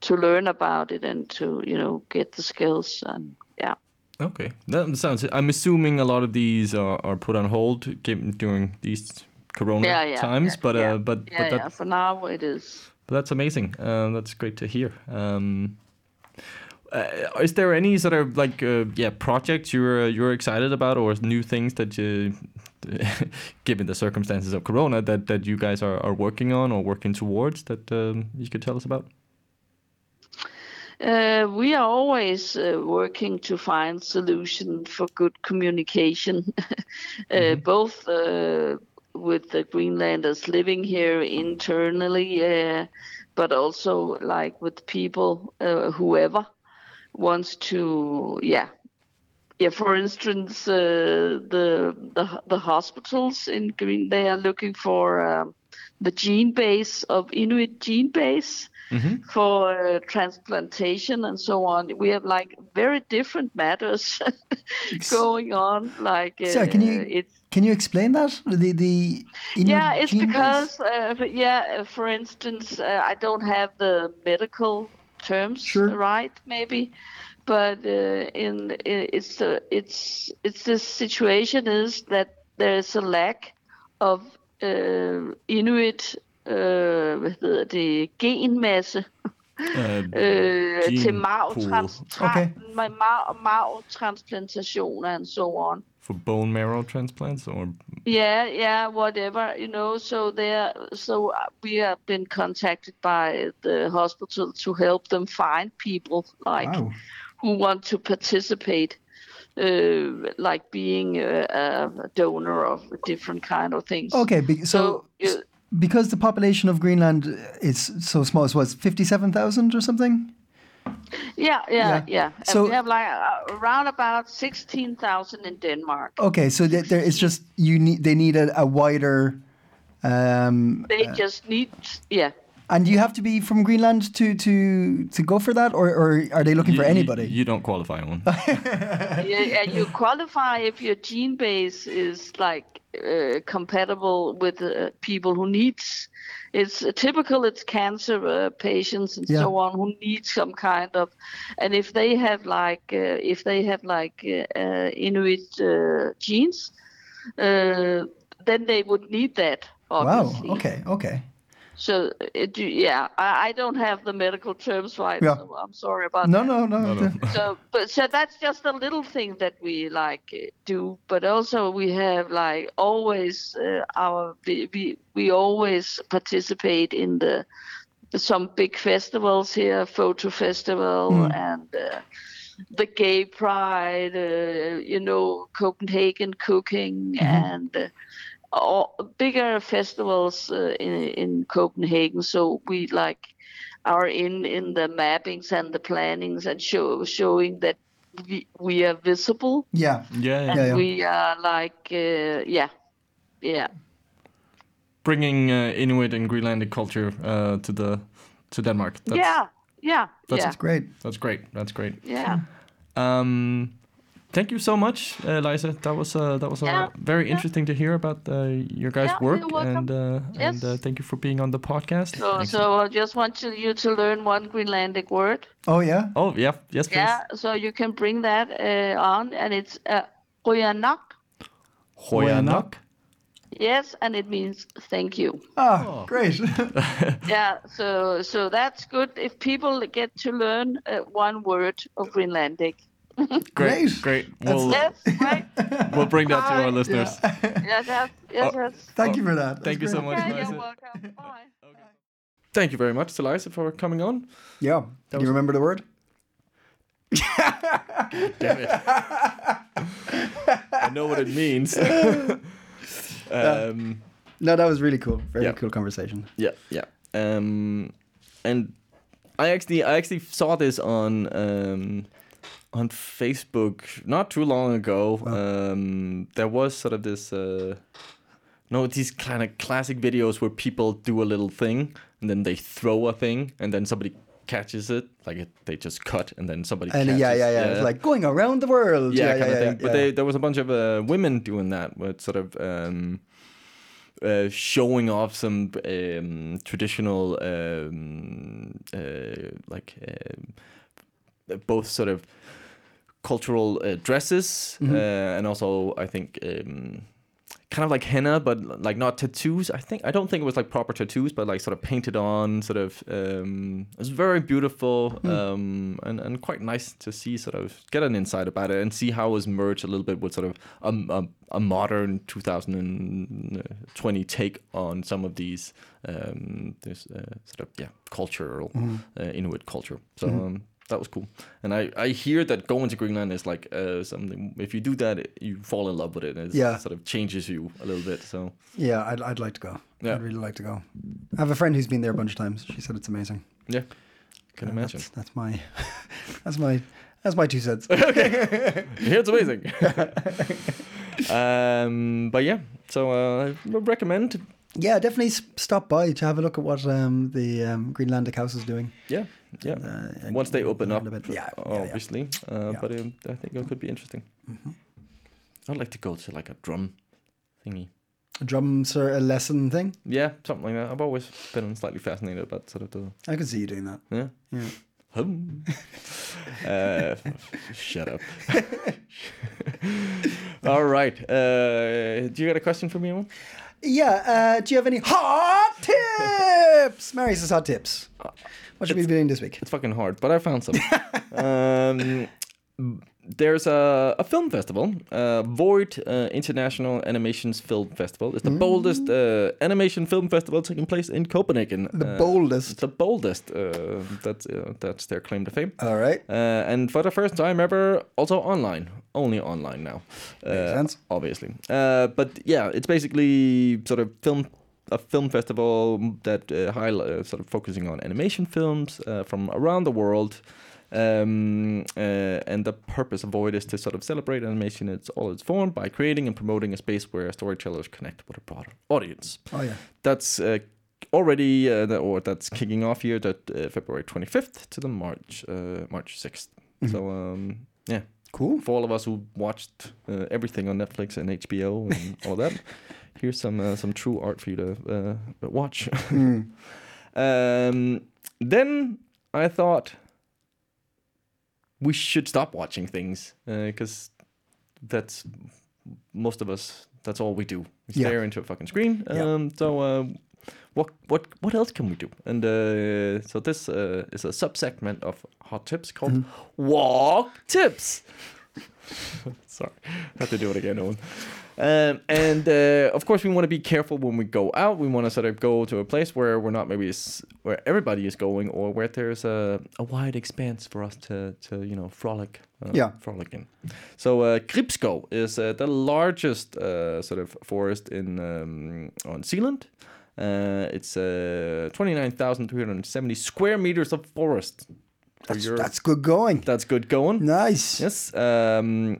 [SPEAKER 5] to learn about it and to you know get the skills and yeah
[SPEAKER 4] Okay. That sounds. I'm assuming a lot of these are, are put on hold given- during these Corona
[SPEAKER 5] yeah yeah
[SPEAKER 4] times,
[SPEAKER 5] yeah,
[SPEAKER 4] but
[SPEAKER 5] yeah.
[SPEAKER 4] uh, but
[SPEAKER 5] yeah,
[SPEAKER 4] but that,
[SPEAKER 5] yeah. for now it is
[SPEAKER 4] But that's amazing. Um, that's great to hear. Um, uh, is there any sort of like uh, yeah projects you're you're excited about or new things that you, [laughs] given the circumstances of Corona, that that you guys are, are working on or working towards that um, you could tell us about?
[SPEAKER 5] Uh, we are always uh, working to find solution for good communication, [laughs] uh, both uh, with the Greenlanders living here internally, uh, but also like with people, uh, whoever wants to, yeah. Yeah, for instance, uh, the, the the hospitals in Green they are looking for um, the gene base of Inuit gene base for uh, transplantation and so on. We have like very different matters [laughs] going on. Like, uh,
[SPEAKER 3] Sorry, can you-
[SPEAKER 5] it's
[SPEAKER 3] Can you explain that? The the Inuit
[SPEAKER 5] yeah, it's
[SPEAKER 3] gene base?
[SPEAKER 5] because uh, f- yeah, uh, for instance, uh, I don't have the medical terms
[SPEAKER 3] Sure.
[SPEAKER 5] right, maybe, but uh, in i- it's uh, it's it's this situation is that there is a lack of uh, Inuit. Uh, hvad hedder det? Genmasse.
[SPEAKER 4] Uh,
[SPEAKER 5] Øh, til
[SPEAKER 4] Gene
[SPEAKER 5] marvtrans-
[SPEAKER 3] Okay.
[SPEAKER 5] tra- ma- er mar- marvtransplantationer and so on.
[SPEAKER 4] for bone marrow transplants or
[SPEAKER 5] Yeah, yeah, whatever, you know. So there, so uh, we have been contacted by the hospital to help them find people like
[SPEAKER 3] Wow.
[SPEAKER 5] who want to participate, uh, like being a, a donor of different kind of things.
[SPEAKER 3] Okay, be, so,
[SPEAKER 5] So, uh,
[SPEAKER 3] because the population of Greenland is so small, so it's fifty-seven thousand or something.
[SPEAKER 5] Yeah, yeah,
[SPEAKER 3] Yeah.
[SPEAKER 5] yeah. And
[SPEAKER 3] So-
[SPEAKER 5] we have like uh, around about sixteen thousand in Denmark.
[SPEAKER 3] Okay, so that there, it's just you need they need a, a wider, um,
[SPEAKER 5] They just need, yeah.
[SPEAKER 3] and you have to be from Greenland to to to go for that, or, or are they looking for anybody?
[SPEAKER 4] You, don't qualify
[SPEAKER 3] [laughs]
[SPEAKER 4] one.
[SPEAKER 5] yeah, and you qualify if your gene base is like uh, compatible with uh, people who needs. It's typical. It's cancer uh, patients and so
[SPEAKER 3] Yeah.
[SPEAKER 5] on who need some kind of, and if they have like uh, if they have like uh, uh, Inuit uh, genes, uh, then they would need that.
[SPEAKER 3] wow.
[SPEAKER 5] Obviously.
[SPEAKER 3] Okay. Okay.
[SPEAKER 5] So it, yeah, I, I don't have the medical terms right.
[SPEAKER 3] Yeah.
[SPEAKER 5] So I'm sorry about
[SPEAKER 3] No.
[SPEAKER 5] that
[SPEAKER 3] No. No.
[SPEAKER 4] no.
[SPEAKER 5] [laughs] so but so that's just a little thing that we like uh, do but also we have like always uh, our we, we we always participate in the some big festivals here photo festival and uh, the gay pride uh, you know copenhagen cooking
[SPEAKER 4] Mm-hmm.
[SPEAKER 5] and uh, all bigger festivals uh, in, in Copenhagen. So we like are in in the mappings and the plannings and show showing that we, we are visible
[SPEAKER 3] [laughs] Yeah.
[SPEAKER 4] yeah, yeah.
[SPEAKER 5] and
[SPEAKER 3] yeah.
[SPEAKER 5] we are like uh, yeah yeah
[SPEAKER 4] Bringing uh, Inuit and Greenlandic culture uh, to the to Denmark. That's,
[SPEAKER 5] yeah yeah
[SPEAKER 4] that's Hmm.
[SPEAKER 5] yeah
[SPEAKER 3] Great.
[SPEAKER 4] That's great. That's great.
[SPEAKER 5] yeah.
[SPEAKER 4] Um, thank you so much, uh, Liza. That was uh, that was uh,
[SPEAKER 5] Yeah,
[SPEAKER 4] very interesting to hear about uh, your guys'
[SPEAKER 5] Yeah,
[SPEAKER 4] work,
[SPEAKER 5] you're welcome.
[SPEAKER 4] and uh,
[SPEAKER 5] Yes.
[SPEAKER 4] and uh, thank you for being on the podcast.
[SPEAKER 5] So, so I just want you, you to learn one Greenlandic word.
[SPEAKER 3] Oh yeah.
[SPEAKER 4] oh yeah, yes, please.
[SPEAKER 5] Yeah, so you can bring that uh, on, and it's uh, Ruyanak.
[SPEAKER 4] Hoyanak.
[SPEAKER 5] Yes, and it means thank you.
[SPEAKER 3] Ah,
[SPEAKER 4] Oh.
[SPEAKER 3] great. [laughs]
[SPEAKER 5] Yeah, so so that's good if people get to learn uh, one word of Greenlandic.
[SPEAKER 4] Great,
[SPEAKER 3] Great.
[SPEAKER 4] great. We'll
[SPEAKER 5] Yes,
[SPEAKER 4] [laughs]
[SPEAKER 5] right.
[SPEAKER 4] we'll bring that to our
[SPEAKER 5] Bye.
[SPEAKER 4] listeners.
[SPEAKER 5] yes, yes, yes.
[SPEAKER 4] Oh,
[SPEAKER 5] yes.
[SPEAKER 3] Thank you for that. That's
[SPEAKER 4] Thank you so
[SPEAKER 3] great.
[SPEAKER 4] much,
[SPEAKER 5] Yeah, you're
[SPEAKER 4] Liza.
[SPEAKER 5] welcome. Bye.
[SPEAKER 4] Thank you very much to Liza for coming on.
[SPEAKER 3] Yeah. Do you remember the word?
[SPEAKER 4] Damn [laughs] it. I know what it [laughs] means. um,
[SPEAKER 3] No, that was really cool. Very
[SPEAKER 4] Yeah.
[SPEAKER 3] cool conversation.
[SPEAKER 4] Yeah, yeah. Um, and I actually I actually saw this on um, on Facebook not too long ago. Um, there was sort of this uh, no these kind of classic videos where people do a little thing and then they throw a thing and then somebody catches it like it, they just cut and then somebody
[SPEAKER 3] And
[SPEAKER 4] catches,
[SPEAKER 3] yeah, yeah, yeah. It's like going around the world.
[SPEAKER 4] yeah,
[SPEAKER 3] Yeah, yeah,
[SPEAKER 4] kind of
[SPEAKER 3] yeah.
[SPEAKER 4] thing. but
[SPEAKER 3] yeah.
[SPEAKER 4] They, there was a bunch of uh, women doing that with sort of um, uh, showing off some um, traditional um, uh, like um, both sort of cultural uh, dresses uh, and also I think. Um, Kind of like henna, but like not tattoos. I think I don't think it was like proper tattoos, but like sort of painted on. Sort of, um, it was very beautiful um, and and quite nice to see. Sort of get an insight about it and see how it was merged a little bit with sort of a, a, a modern 2020 take on some of these um, this uh, sort of yeah cultural uh, Inuit culture. So um, that was cool. And I, I hear that going to Greenland is like uh, something. If you do that, you fall in love with it. And it
[SPEAKER 3] Yeah.
[SPEAKER 4] sort of changes you a little bit. So
[SPEAKER 3] Yeah, I'd, I'd like to go.
[SPEAKER 4] Yeah.
[SPEAKER 3] I'd really like to go. I have a friend who's been there a bunch of times. She said it's amazing.
[SPEAKER 4] yeah, can imagine.
[SPEAKER 3] That's, that's my, [laughs] that's my, that's my two cents.
[SPEAKER 4] Yeah, [laughs] it's
[SPEAKER 3] [laughs]
[SPEAKER 4] amazing. um, but yeah, so uh, I would recommend.
[SPEAKER 3] yeah, definitely s- stop by to have a look at what um, the um, Greenlandic House is doing.
[SPEAKER 4] Yeah, yeah.
[SPEAKER 3] Uh, and
[SPEAKER 4] Once they open up,
[SPEAKER 3] learn a bit. yeah, yeah, yeah.
[SPEAKER 4] obviously. Uh,
[SPEAKER 3] Yeah. Mm-hmm.
[SPEAKER 4] But um, I think it could be interesting. I'd like to go to like a drum thingy.
[SPEAKER 3] A drum sort of lesson thing.
[SPEAKER 4] Yeah, something like that. I've always been slightly fascinated about sort of the
[SPEAKER 3] I can see you doing that.
[SPEAKER 4] yeah.
[SPEAKER 3] Yeah. [laughs]
[SPEAKER 4] Hum. uh, shut up. [laughs] All right. Uh, do you got a question for me, Emil?
[SPEAKER 3] Yeah. Uh, do you have any hot tips? [laughs] Mary's has hot tips. What should we be doing this week?
[SPEAKER 4] It's fucking hard, but I found
[SPEAKER 3] [laughs]
[SPEAKER 4] some. um, there's a, a film festival, uh, Void uh, International Animations Film Festival. It's the
[SPEAKER 3] Mm.
[SPEAKER 4] boldest uh, animation film festival taking place in Copenhagen.
[SPEAKER 3] The
[SPEAKER 4] Uh,
[SPEAKER 3] boldest.
[SPEAKER 4] The boldest. Uh, that's uh, that's their claim to fame.
[SPEAKER 3] All right.
[SPEAKER 4] Uh, and for the first time ever, also online, only online now. Uh,
[SPEAKER 3] sense.
[SPEAKER 4] Obviously, uh, but yeah, it's basically sort of film a film festival that uh, highlight uh, sort of focusing on animation films uh, from around the world. Um, uh, and the purpose of Void is to sort of celebrate animation in its all its form by creating and promoting a space where storytellers connect with a broader audience
[SPEAKER 3] Oh yeah.
[SPEAKER 4] that's uh, already uh, the, or that's kicking off here that uh, February 25th to the March uh, March 6th. So um, yeah,
[SPEAKER 3] [laughs] Cool.
[SPEAKER 4] for all of us who watched uh, everything on Netflix and HBO and all that, here's some uh, some true art for you to uh, watch.
[SPEAKER 3] Hmm.
[SPEAKER 4] um, then I thought we should stop watching things because that's most of us. That's all we do. We
[SPEAKER 3] Yeah.
[SPEAKER 4] stare into a fucking screen. Um,
[SPEAKER 3] Yeah.
[SPEAKER 4] So uh, what what what else can we do? And uh, so this uh, is a subsegment of hot tips called
[SPEAKER 3] Hmm.
[SPEAKER 4] walk tips. [laughs] Sorry, have to do it again, Owen. Um, and uh, of course, we want to be careful when we go out. We want to sort of go to a place where we're not maybe s- where everybody is going, or where there's a, a wide expanse for us to to you know frolic. Uh,
[SPEAKER 3] Yeah.
[SPEAKER 4] frolic in. So uh, Gribskov is uh, the largest uh, sort of forest in um, on Sealand. Uh, it's uh, 29,370 square meters of forest. For
[SPEAKER 3] That's,
[SPEAKER 4] your-
[SPEAKER 3] that's good going.
[SPEAKER 4] that's good going.
[SPEAKER 3] Nice.
[SPEAKER 4] Yes. Um,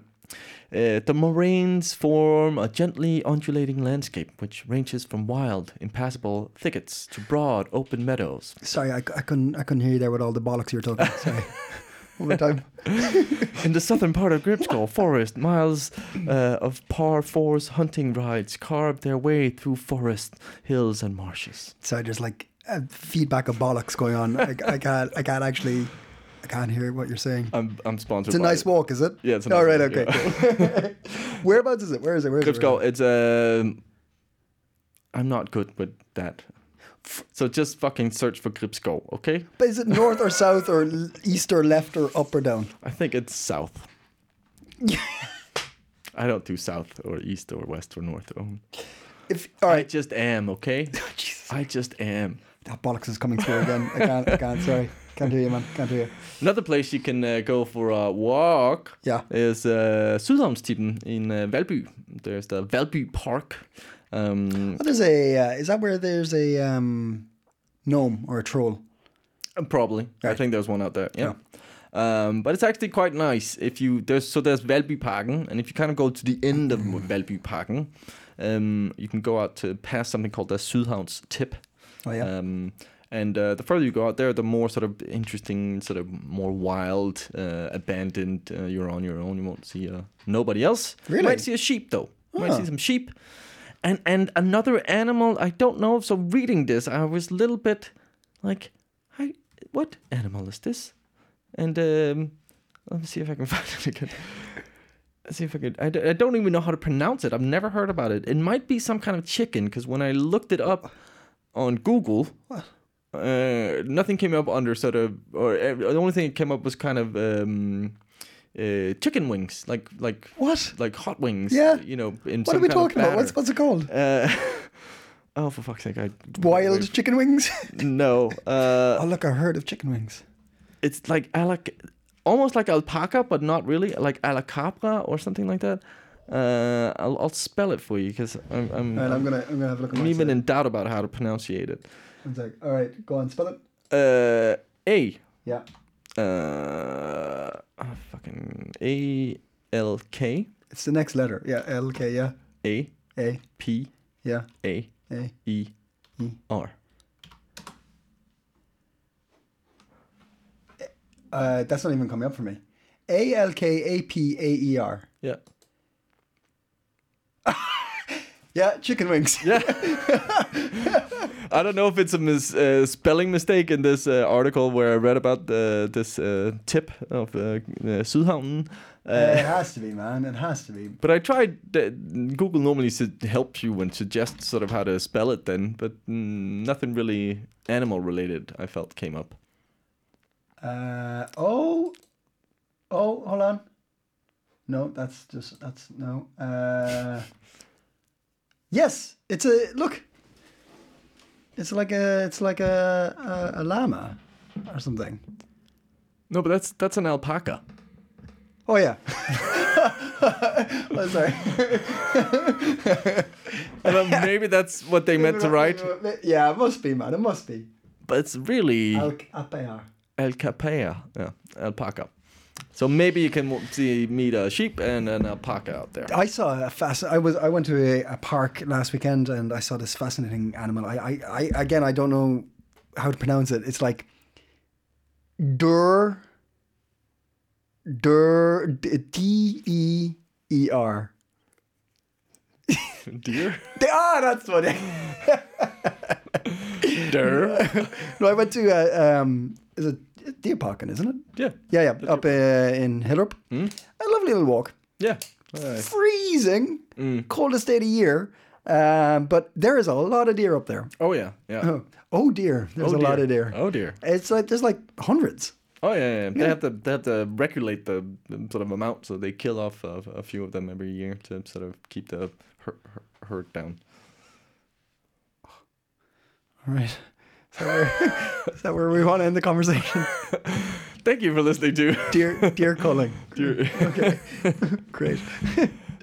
[SPEAKER 4] uh, the moraines form a gently undulating landscape which ranges from wild, impassable thickets to broad, open meadows.
[SPEAKER 3] Sorry, I, c- I couldn't I couldn't hear you there with all the bollocks you were talking.
[SPEAKER 4] [laughs]
[SPEAKER 3] Sorry. One more time.
[SPEAKER 4] In the southern part of Gripsko Forest, miles uh, of par fours hunting rides carve their way through forest, hills, and marshes.
[SPEAKER 3] Sorry, there's like a feedback of bollocks going on. I, I can't I can't actually I can't hear what you're saying.
[SPEAKER 4] I'm, I'm sponsored.
[SPEAKER 3] It's a
[SPEAKER 4] by
[SPEAKER 3] nice
[SPEAKER 4] it.
[SPEAKER 3] walk, is it?
[SPEAKER 4] Yeah, it's a
[SPEAKER 3] All
[SPEAKER 4] nice walk,
[SPEAKER 3] right, okay.
[SPEAKER 4] [laughs]
[SPEAKER 3] cool. [laughs] Whereabouts is it? Where is it? Where is it?
[SPEAKER 4] Gripsko, it's Um, I'm not good with that. So just fucking search for Gripsko, okay?
[SPEAKER 3] But is it north or south or l- east or left or up or down?
[SPEAKER 4] I think it's
[SPEAKER 3] [laughs]
[SPEAKER 4] south. I don't do south or east or west or north. Um,
[SPEAKER 3] If all
[SPEAKER 4] I
[SPEAKER 3] right, Oh,
[SPEAKER 4] just am,
[SPEAKER 3] [laughs]
[SPEAKER 4] okay?
[SPEAKER 3] Jesus.
[SPEAKER 4] I just am.
[SPEAKER 3] that bollocks is coming through again. I can't. I can't. Sorry, can't hear you, man. Can't hear you.
[SPEAKER 4] Another place you can uh, go for a walk
[SPEAKER 3] Yeah.
[SPEAKER 4] is uh, Sydhavnstippen in uh, Valby. There's the Valby Park. Um,
[SPEAKER 3] Oh, there's a. Uh, is that where there's a um, gnome or a troll?
[SPEAKER 4] probably. I
[SPEAKER 3] Right.
[SPEAKER 4] think there's one out there. Yeah. Um, but it's actually quite nice if you there's so there's Valbyparken, and if you kind of go to the end of Valbyparken, um, you can go out to past something called the Sydhavns
[SPEAKER 3] Oh yeah.
[SPEAKER 4] Um, and uh, the further you go out there, the more sort of interesting, sort of more wild, uh, abandoned. Uh, you're on your own. You won't see uh, nobody else. You
[SPEAKER 3] Really?
[SPEAKER 4] might see a sheep though. You might
[SPEAKER 3] Ah.
[SPEAKER 4] see some sheep, and and another animal. I don't know. So reading this, I was a little bit like, I, what animal is this? And um, let me see if I can [laughs] find it again. Let's see if I could. I, d- I don't even know how to pronounce it. I've never heard about it. It might be some kind of chicken because when I looked it up on Google, uh, nothing came up under sort of, or uh, the only thing that came up was kind of um, uh, chicken wings, like like
[SPEAKER 3] what?
[SPEAKER 4] like hot wings.
[SPEAKER 3] Yeah.
[SPEAKER 4] You know, in
[SPEAKER 3] What
[SPEAKER 4] some
[SPEAKER 3] are we
[SPEAKER 4] kind of
[SPEAKER 3] talking about? What's
[SPEAKER 4] batter.
[SPEAKER 3] what's it called?
[SPEAKER 4] Uh, [laughs] oh, for fuck's sake! I
[SPEAKER 3] Wild chicken wings.
[SPEAKER 4] No. Uh,
[SPEAKER 3] [laughs] oh look, a herd of chicken wings.
[SPEAKER 4] it's like alac, almost like alpaca, but not really, like alacapra or something like that. Uh, I'll, I'll spell it for you because I'm, I'm,
[SPEAKER 2] All right, I'm
[SPEAKER 4] I'm,
[SPEAKER 2] gonna I'm gonna have a look at my
[SPEAKER 4] even in doubt about how to pronunciate it.
[SPEAKER 2] One sec. All right, go on, spell it.
[SPEAKER 4] Uh, A.
[SPEAKER 2] Yeah.
[SPEAKER 4] Uh, ah, fucking A L K
[SPEAKER 2] It's the next letter. Yeah, L K. Yeah,
[SPEAKER 4] A
[SPEAKER 2] A.
[SPEAKER 4] P
[SPEAKER 2] Yeah,
[SPEAKER 4] A
[SPEAKER 2] A.
[SPEAKER 4] E R.
[SPEAKER 2] Uh, that's not even coming up for me. A L K A P A E R.
[SPEAKER 4] Yeah.
[SPEAKER 2] Yeah, chicken wings.
[SPEAKER 4] Yeah. I don't know if it's a mis- uh, spelling mistake in this uh, article where I read about uh, this uh, tip of uh, uh, Sydhavnen. Uh,
[SPEAKER 2] Uh, [laughs] it has to be, man. It has to be.
[SPEAKER 4] but I tried. Uh, Google normally su- helps you and suggests sort of how to spell it then, but mm, nothing really animal related I felt came up.
[SPEAKER 2] Uh, oh, oh, hold on. No, that's just that's no. Uh, yes, it's a look. It's like a it's like a a, a llama or something.
[SPEAKER 4] No, but that's that's an alpaca.
[SPEAKER 2] Oh
[SPEAKER 3] [laughs]
[SPEAKER 2] yeah. oh, sorry.
[SPEAKER 4] And um, [laughs] maybe that's what they meant to write,
[SPEAKER 2] Yeah, it must be, man. It must be.
[SPEAKER 4] but it's really
[SPEAKER 2] Al- apar.
[SPEAKER 4] alcapea, yeah, alpaca. So maybe you can w- see meet a sheep and an alpaca out there.
[SPEAKER 3] I saw a fast. I was. I went to a, a park last weekend and I saw this fascinating animal. I, I, I again, I don't know how to pronounce it. It's like dur, dur, d e e r.
[SPEAKER 4] [laughs] Deer,
[SPEAKER 3] Ah, that's funny.
[SPEAKER 4] [laughs] deer,
[SPEAKER 3] [laughs] no, I went to uh, um, is it Deer Parkin, isn't it?
[SPEAKER 4] yeah,
[SPEAKER 3] Yeah, yeah, up uh, in Hillup.
[SPEAKER 2] Hmm?
[SPEAKER 3] A lovely little walk.
[SPEAKER 4] yeah. Alright.
[SPEAKER 3] Freezing,
[SPEAKER 4] Mm.
[SPEAKER 3] coldest day of the year. Um, but there is a lot of deer up there.
[SPEAKER 4] Oh yeah, yeah.
[SPEAKER 3] Oh, oh dear, there's
[SPEAKER 4] Oh,
[SPEAKER 3] a lot of deer.
[SPEAKER 4] Oh dear.
[SPEAKER 3] It's like there's like hundreds.
[SPEAKER 4] Oh yeah, yeah. They have to they have to regulate the um, sort of amount, so they kill off a, a few of them every year to sort of keep the her, her, herd down.
[SPEAKER 3] All right. Is that where, [laughs] is that where we want to end the conversation? [laughs]
[SPEAKER 4] Thank you for listening to. [laughs]
[SPEAKER 3] Deer, deer calling.
[SPEAKER 4] Deer.
[SPEAKER 3] [laughs] Great.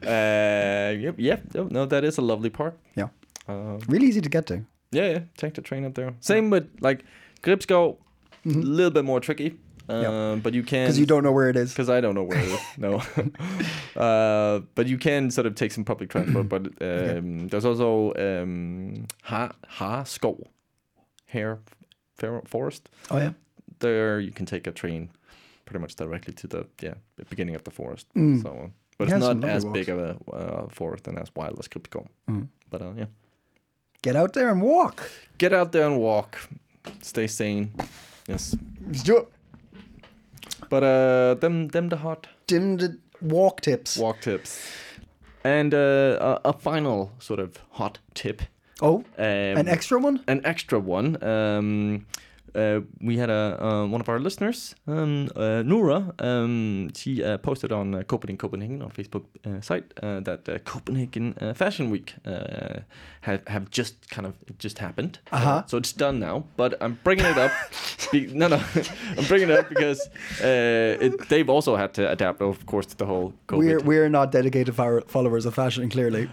[SPEAKER 4] Uh, yep, yep. No, no, that is a lovely park.
[SPEAKER 3] Yeah.
[SPEAKER 4] Um,
[SPEAKER 3] Really easy to get to.
[SPEAKER 4] yeah, yeah. Take the train up there. Same with like Gripsko, a little bit more tricky. Um, but you can
[SPEAKER 3] Because Mm-hmm. you don't know where it is.
[SPEAKER 4] because I don't know where it is.
[SPEAKER 3] [laughs]
[SPEAKER 4] No, uh, but you can sort of take some public transport.
[SPEAKER 3] [clears throat]
[SPEAKER 4] But um, there's also um, Ha Ha Skov, Hare Fer- Forest.
[SPEAKER 3] Oh, yeah.
[SPEAKER 4] There you can take a train, pretty much directly to the yeah the beginning of the forest. So, uh, but
[SPEAKER 3] Yeah,
[SPEAKER 4] it's
[SPEAKER 3] Mm. some
[SPEAKER 4] not
[SPEAKER 3] lovely
[SPEAKER 4] as
[SPEAKER 3] walks. Mm.
[SPEAKER 4] big of a uh, forest and as wild as Cryptico. But uh, yeah,
[SPEAKER 3] Get out there and walk.
[SPEAKER 4] get out there and walk, stay sane. Yes,
[SPEAKER 3] Let's do it.
[SPEAKER 4] but uh, them them the hot.
[SPEAKER 3] Dim the walk tips.
[SPEAKER 4] walk tips. And uh, a, a final sort of hot tip.
[SPEAKER 3] Oh,
[SPEAKER 4] Um,
[SPEAKER 3] an extra one?
[SPEAKER 4] an extra one. Um, uh, we had a uh, one of our listeners, um, uh, Nora. Um, she uh, posted on uh, Copenhagen Copenhagen on Facebook uh, site uh, that uh, Copenhagen uh, Fashion Week uh, have have just kind of it just happened.
[SPEAKER 3] Uh-huh.
[SPEAKER 4] So it's done now. But I'm bringing
[SPEAKER 3] [laughs]
[SPEAKER 4] it up. be- no, [laughs] no, I'm bringing it up because uh, it, they've also had to adapt, of course, to the whole COVID.
[SPEAKER 3] We're, we're not dedicated fo- followers of fashion, clearly.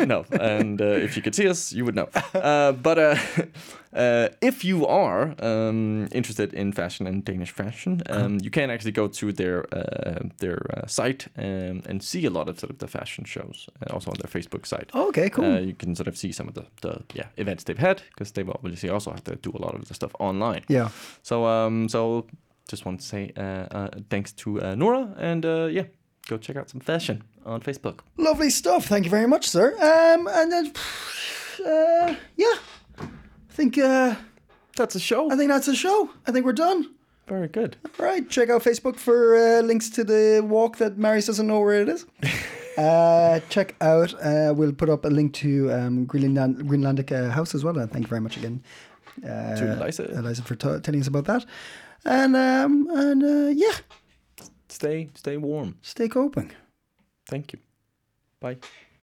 [SPEAKER 3] [laughs]
[SPEAKER 4] no. And uh, if you could see us, you would know. Uh, but uh, [laughs] uh, if you are um, interested in fashion and Danish fashion, um, you can actually go to their uh, their uh, site um, and see a lot of sort of the fashion shows, uh, also on their Facebook site.
[SPEAKER 3] okay, cool.
[SPEAKER 4] Uh, you can sort of see some of the, the yeah events they've had because they've obviously also had to do a lot of the stuff online.
[SPEAKER 3] yeah.
[SPEAKER 4] So um so just want to say uh, uh, thanks to uh, Nora and uh, yeah go check out some fashion on Facebook.
[SPEAKER 3] Lovely stuff. Thank you very much, sir. Um, and then, uh, yeah, I think uh,
[SPEAKER 4] That's a show.
[SPEAKER 3] I think that's the show. I think we're done.
[SPEAKER 4] Very good.
[SPEAKER 3] All right, check out Facebook for uh, links to the walk that Marius doesn't know where it
[SPEAKER 4] [laughs]
[SPEAKER 3] is. uh, check out. Uh, we'll put up a link to um, Greenland, Greenlandic uh, House as well. And thank you very much again, uh,
[SPEAKER 4] To Eliza.
[SPEAKER 3] Eliza for t- telling us about that. And um, and uh, yeah,
[SPEAKER 4] stay stay warm
[SPEAKER 3] stay coping.
[SPEAKER 4] thank you bye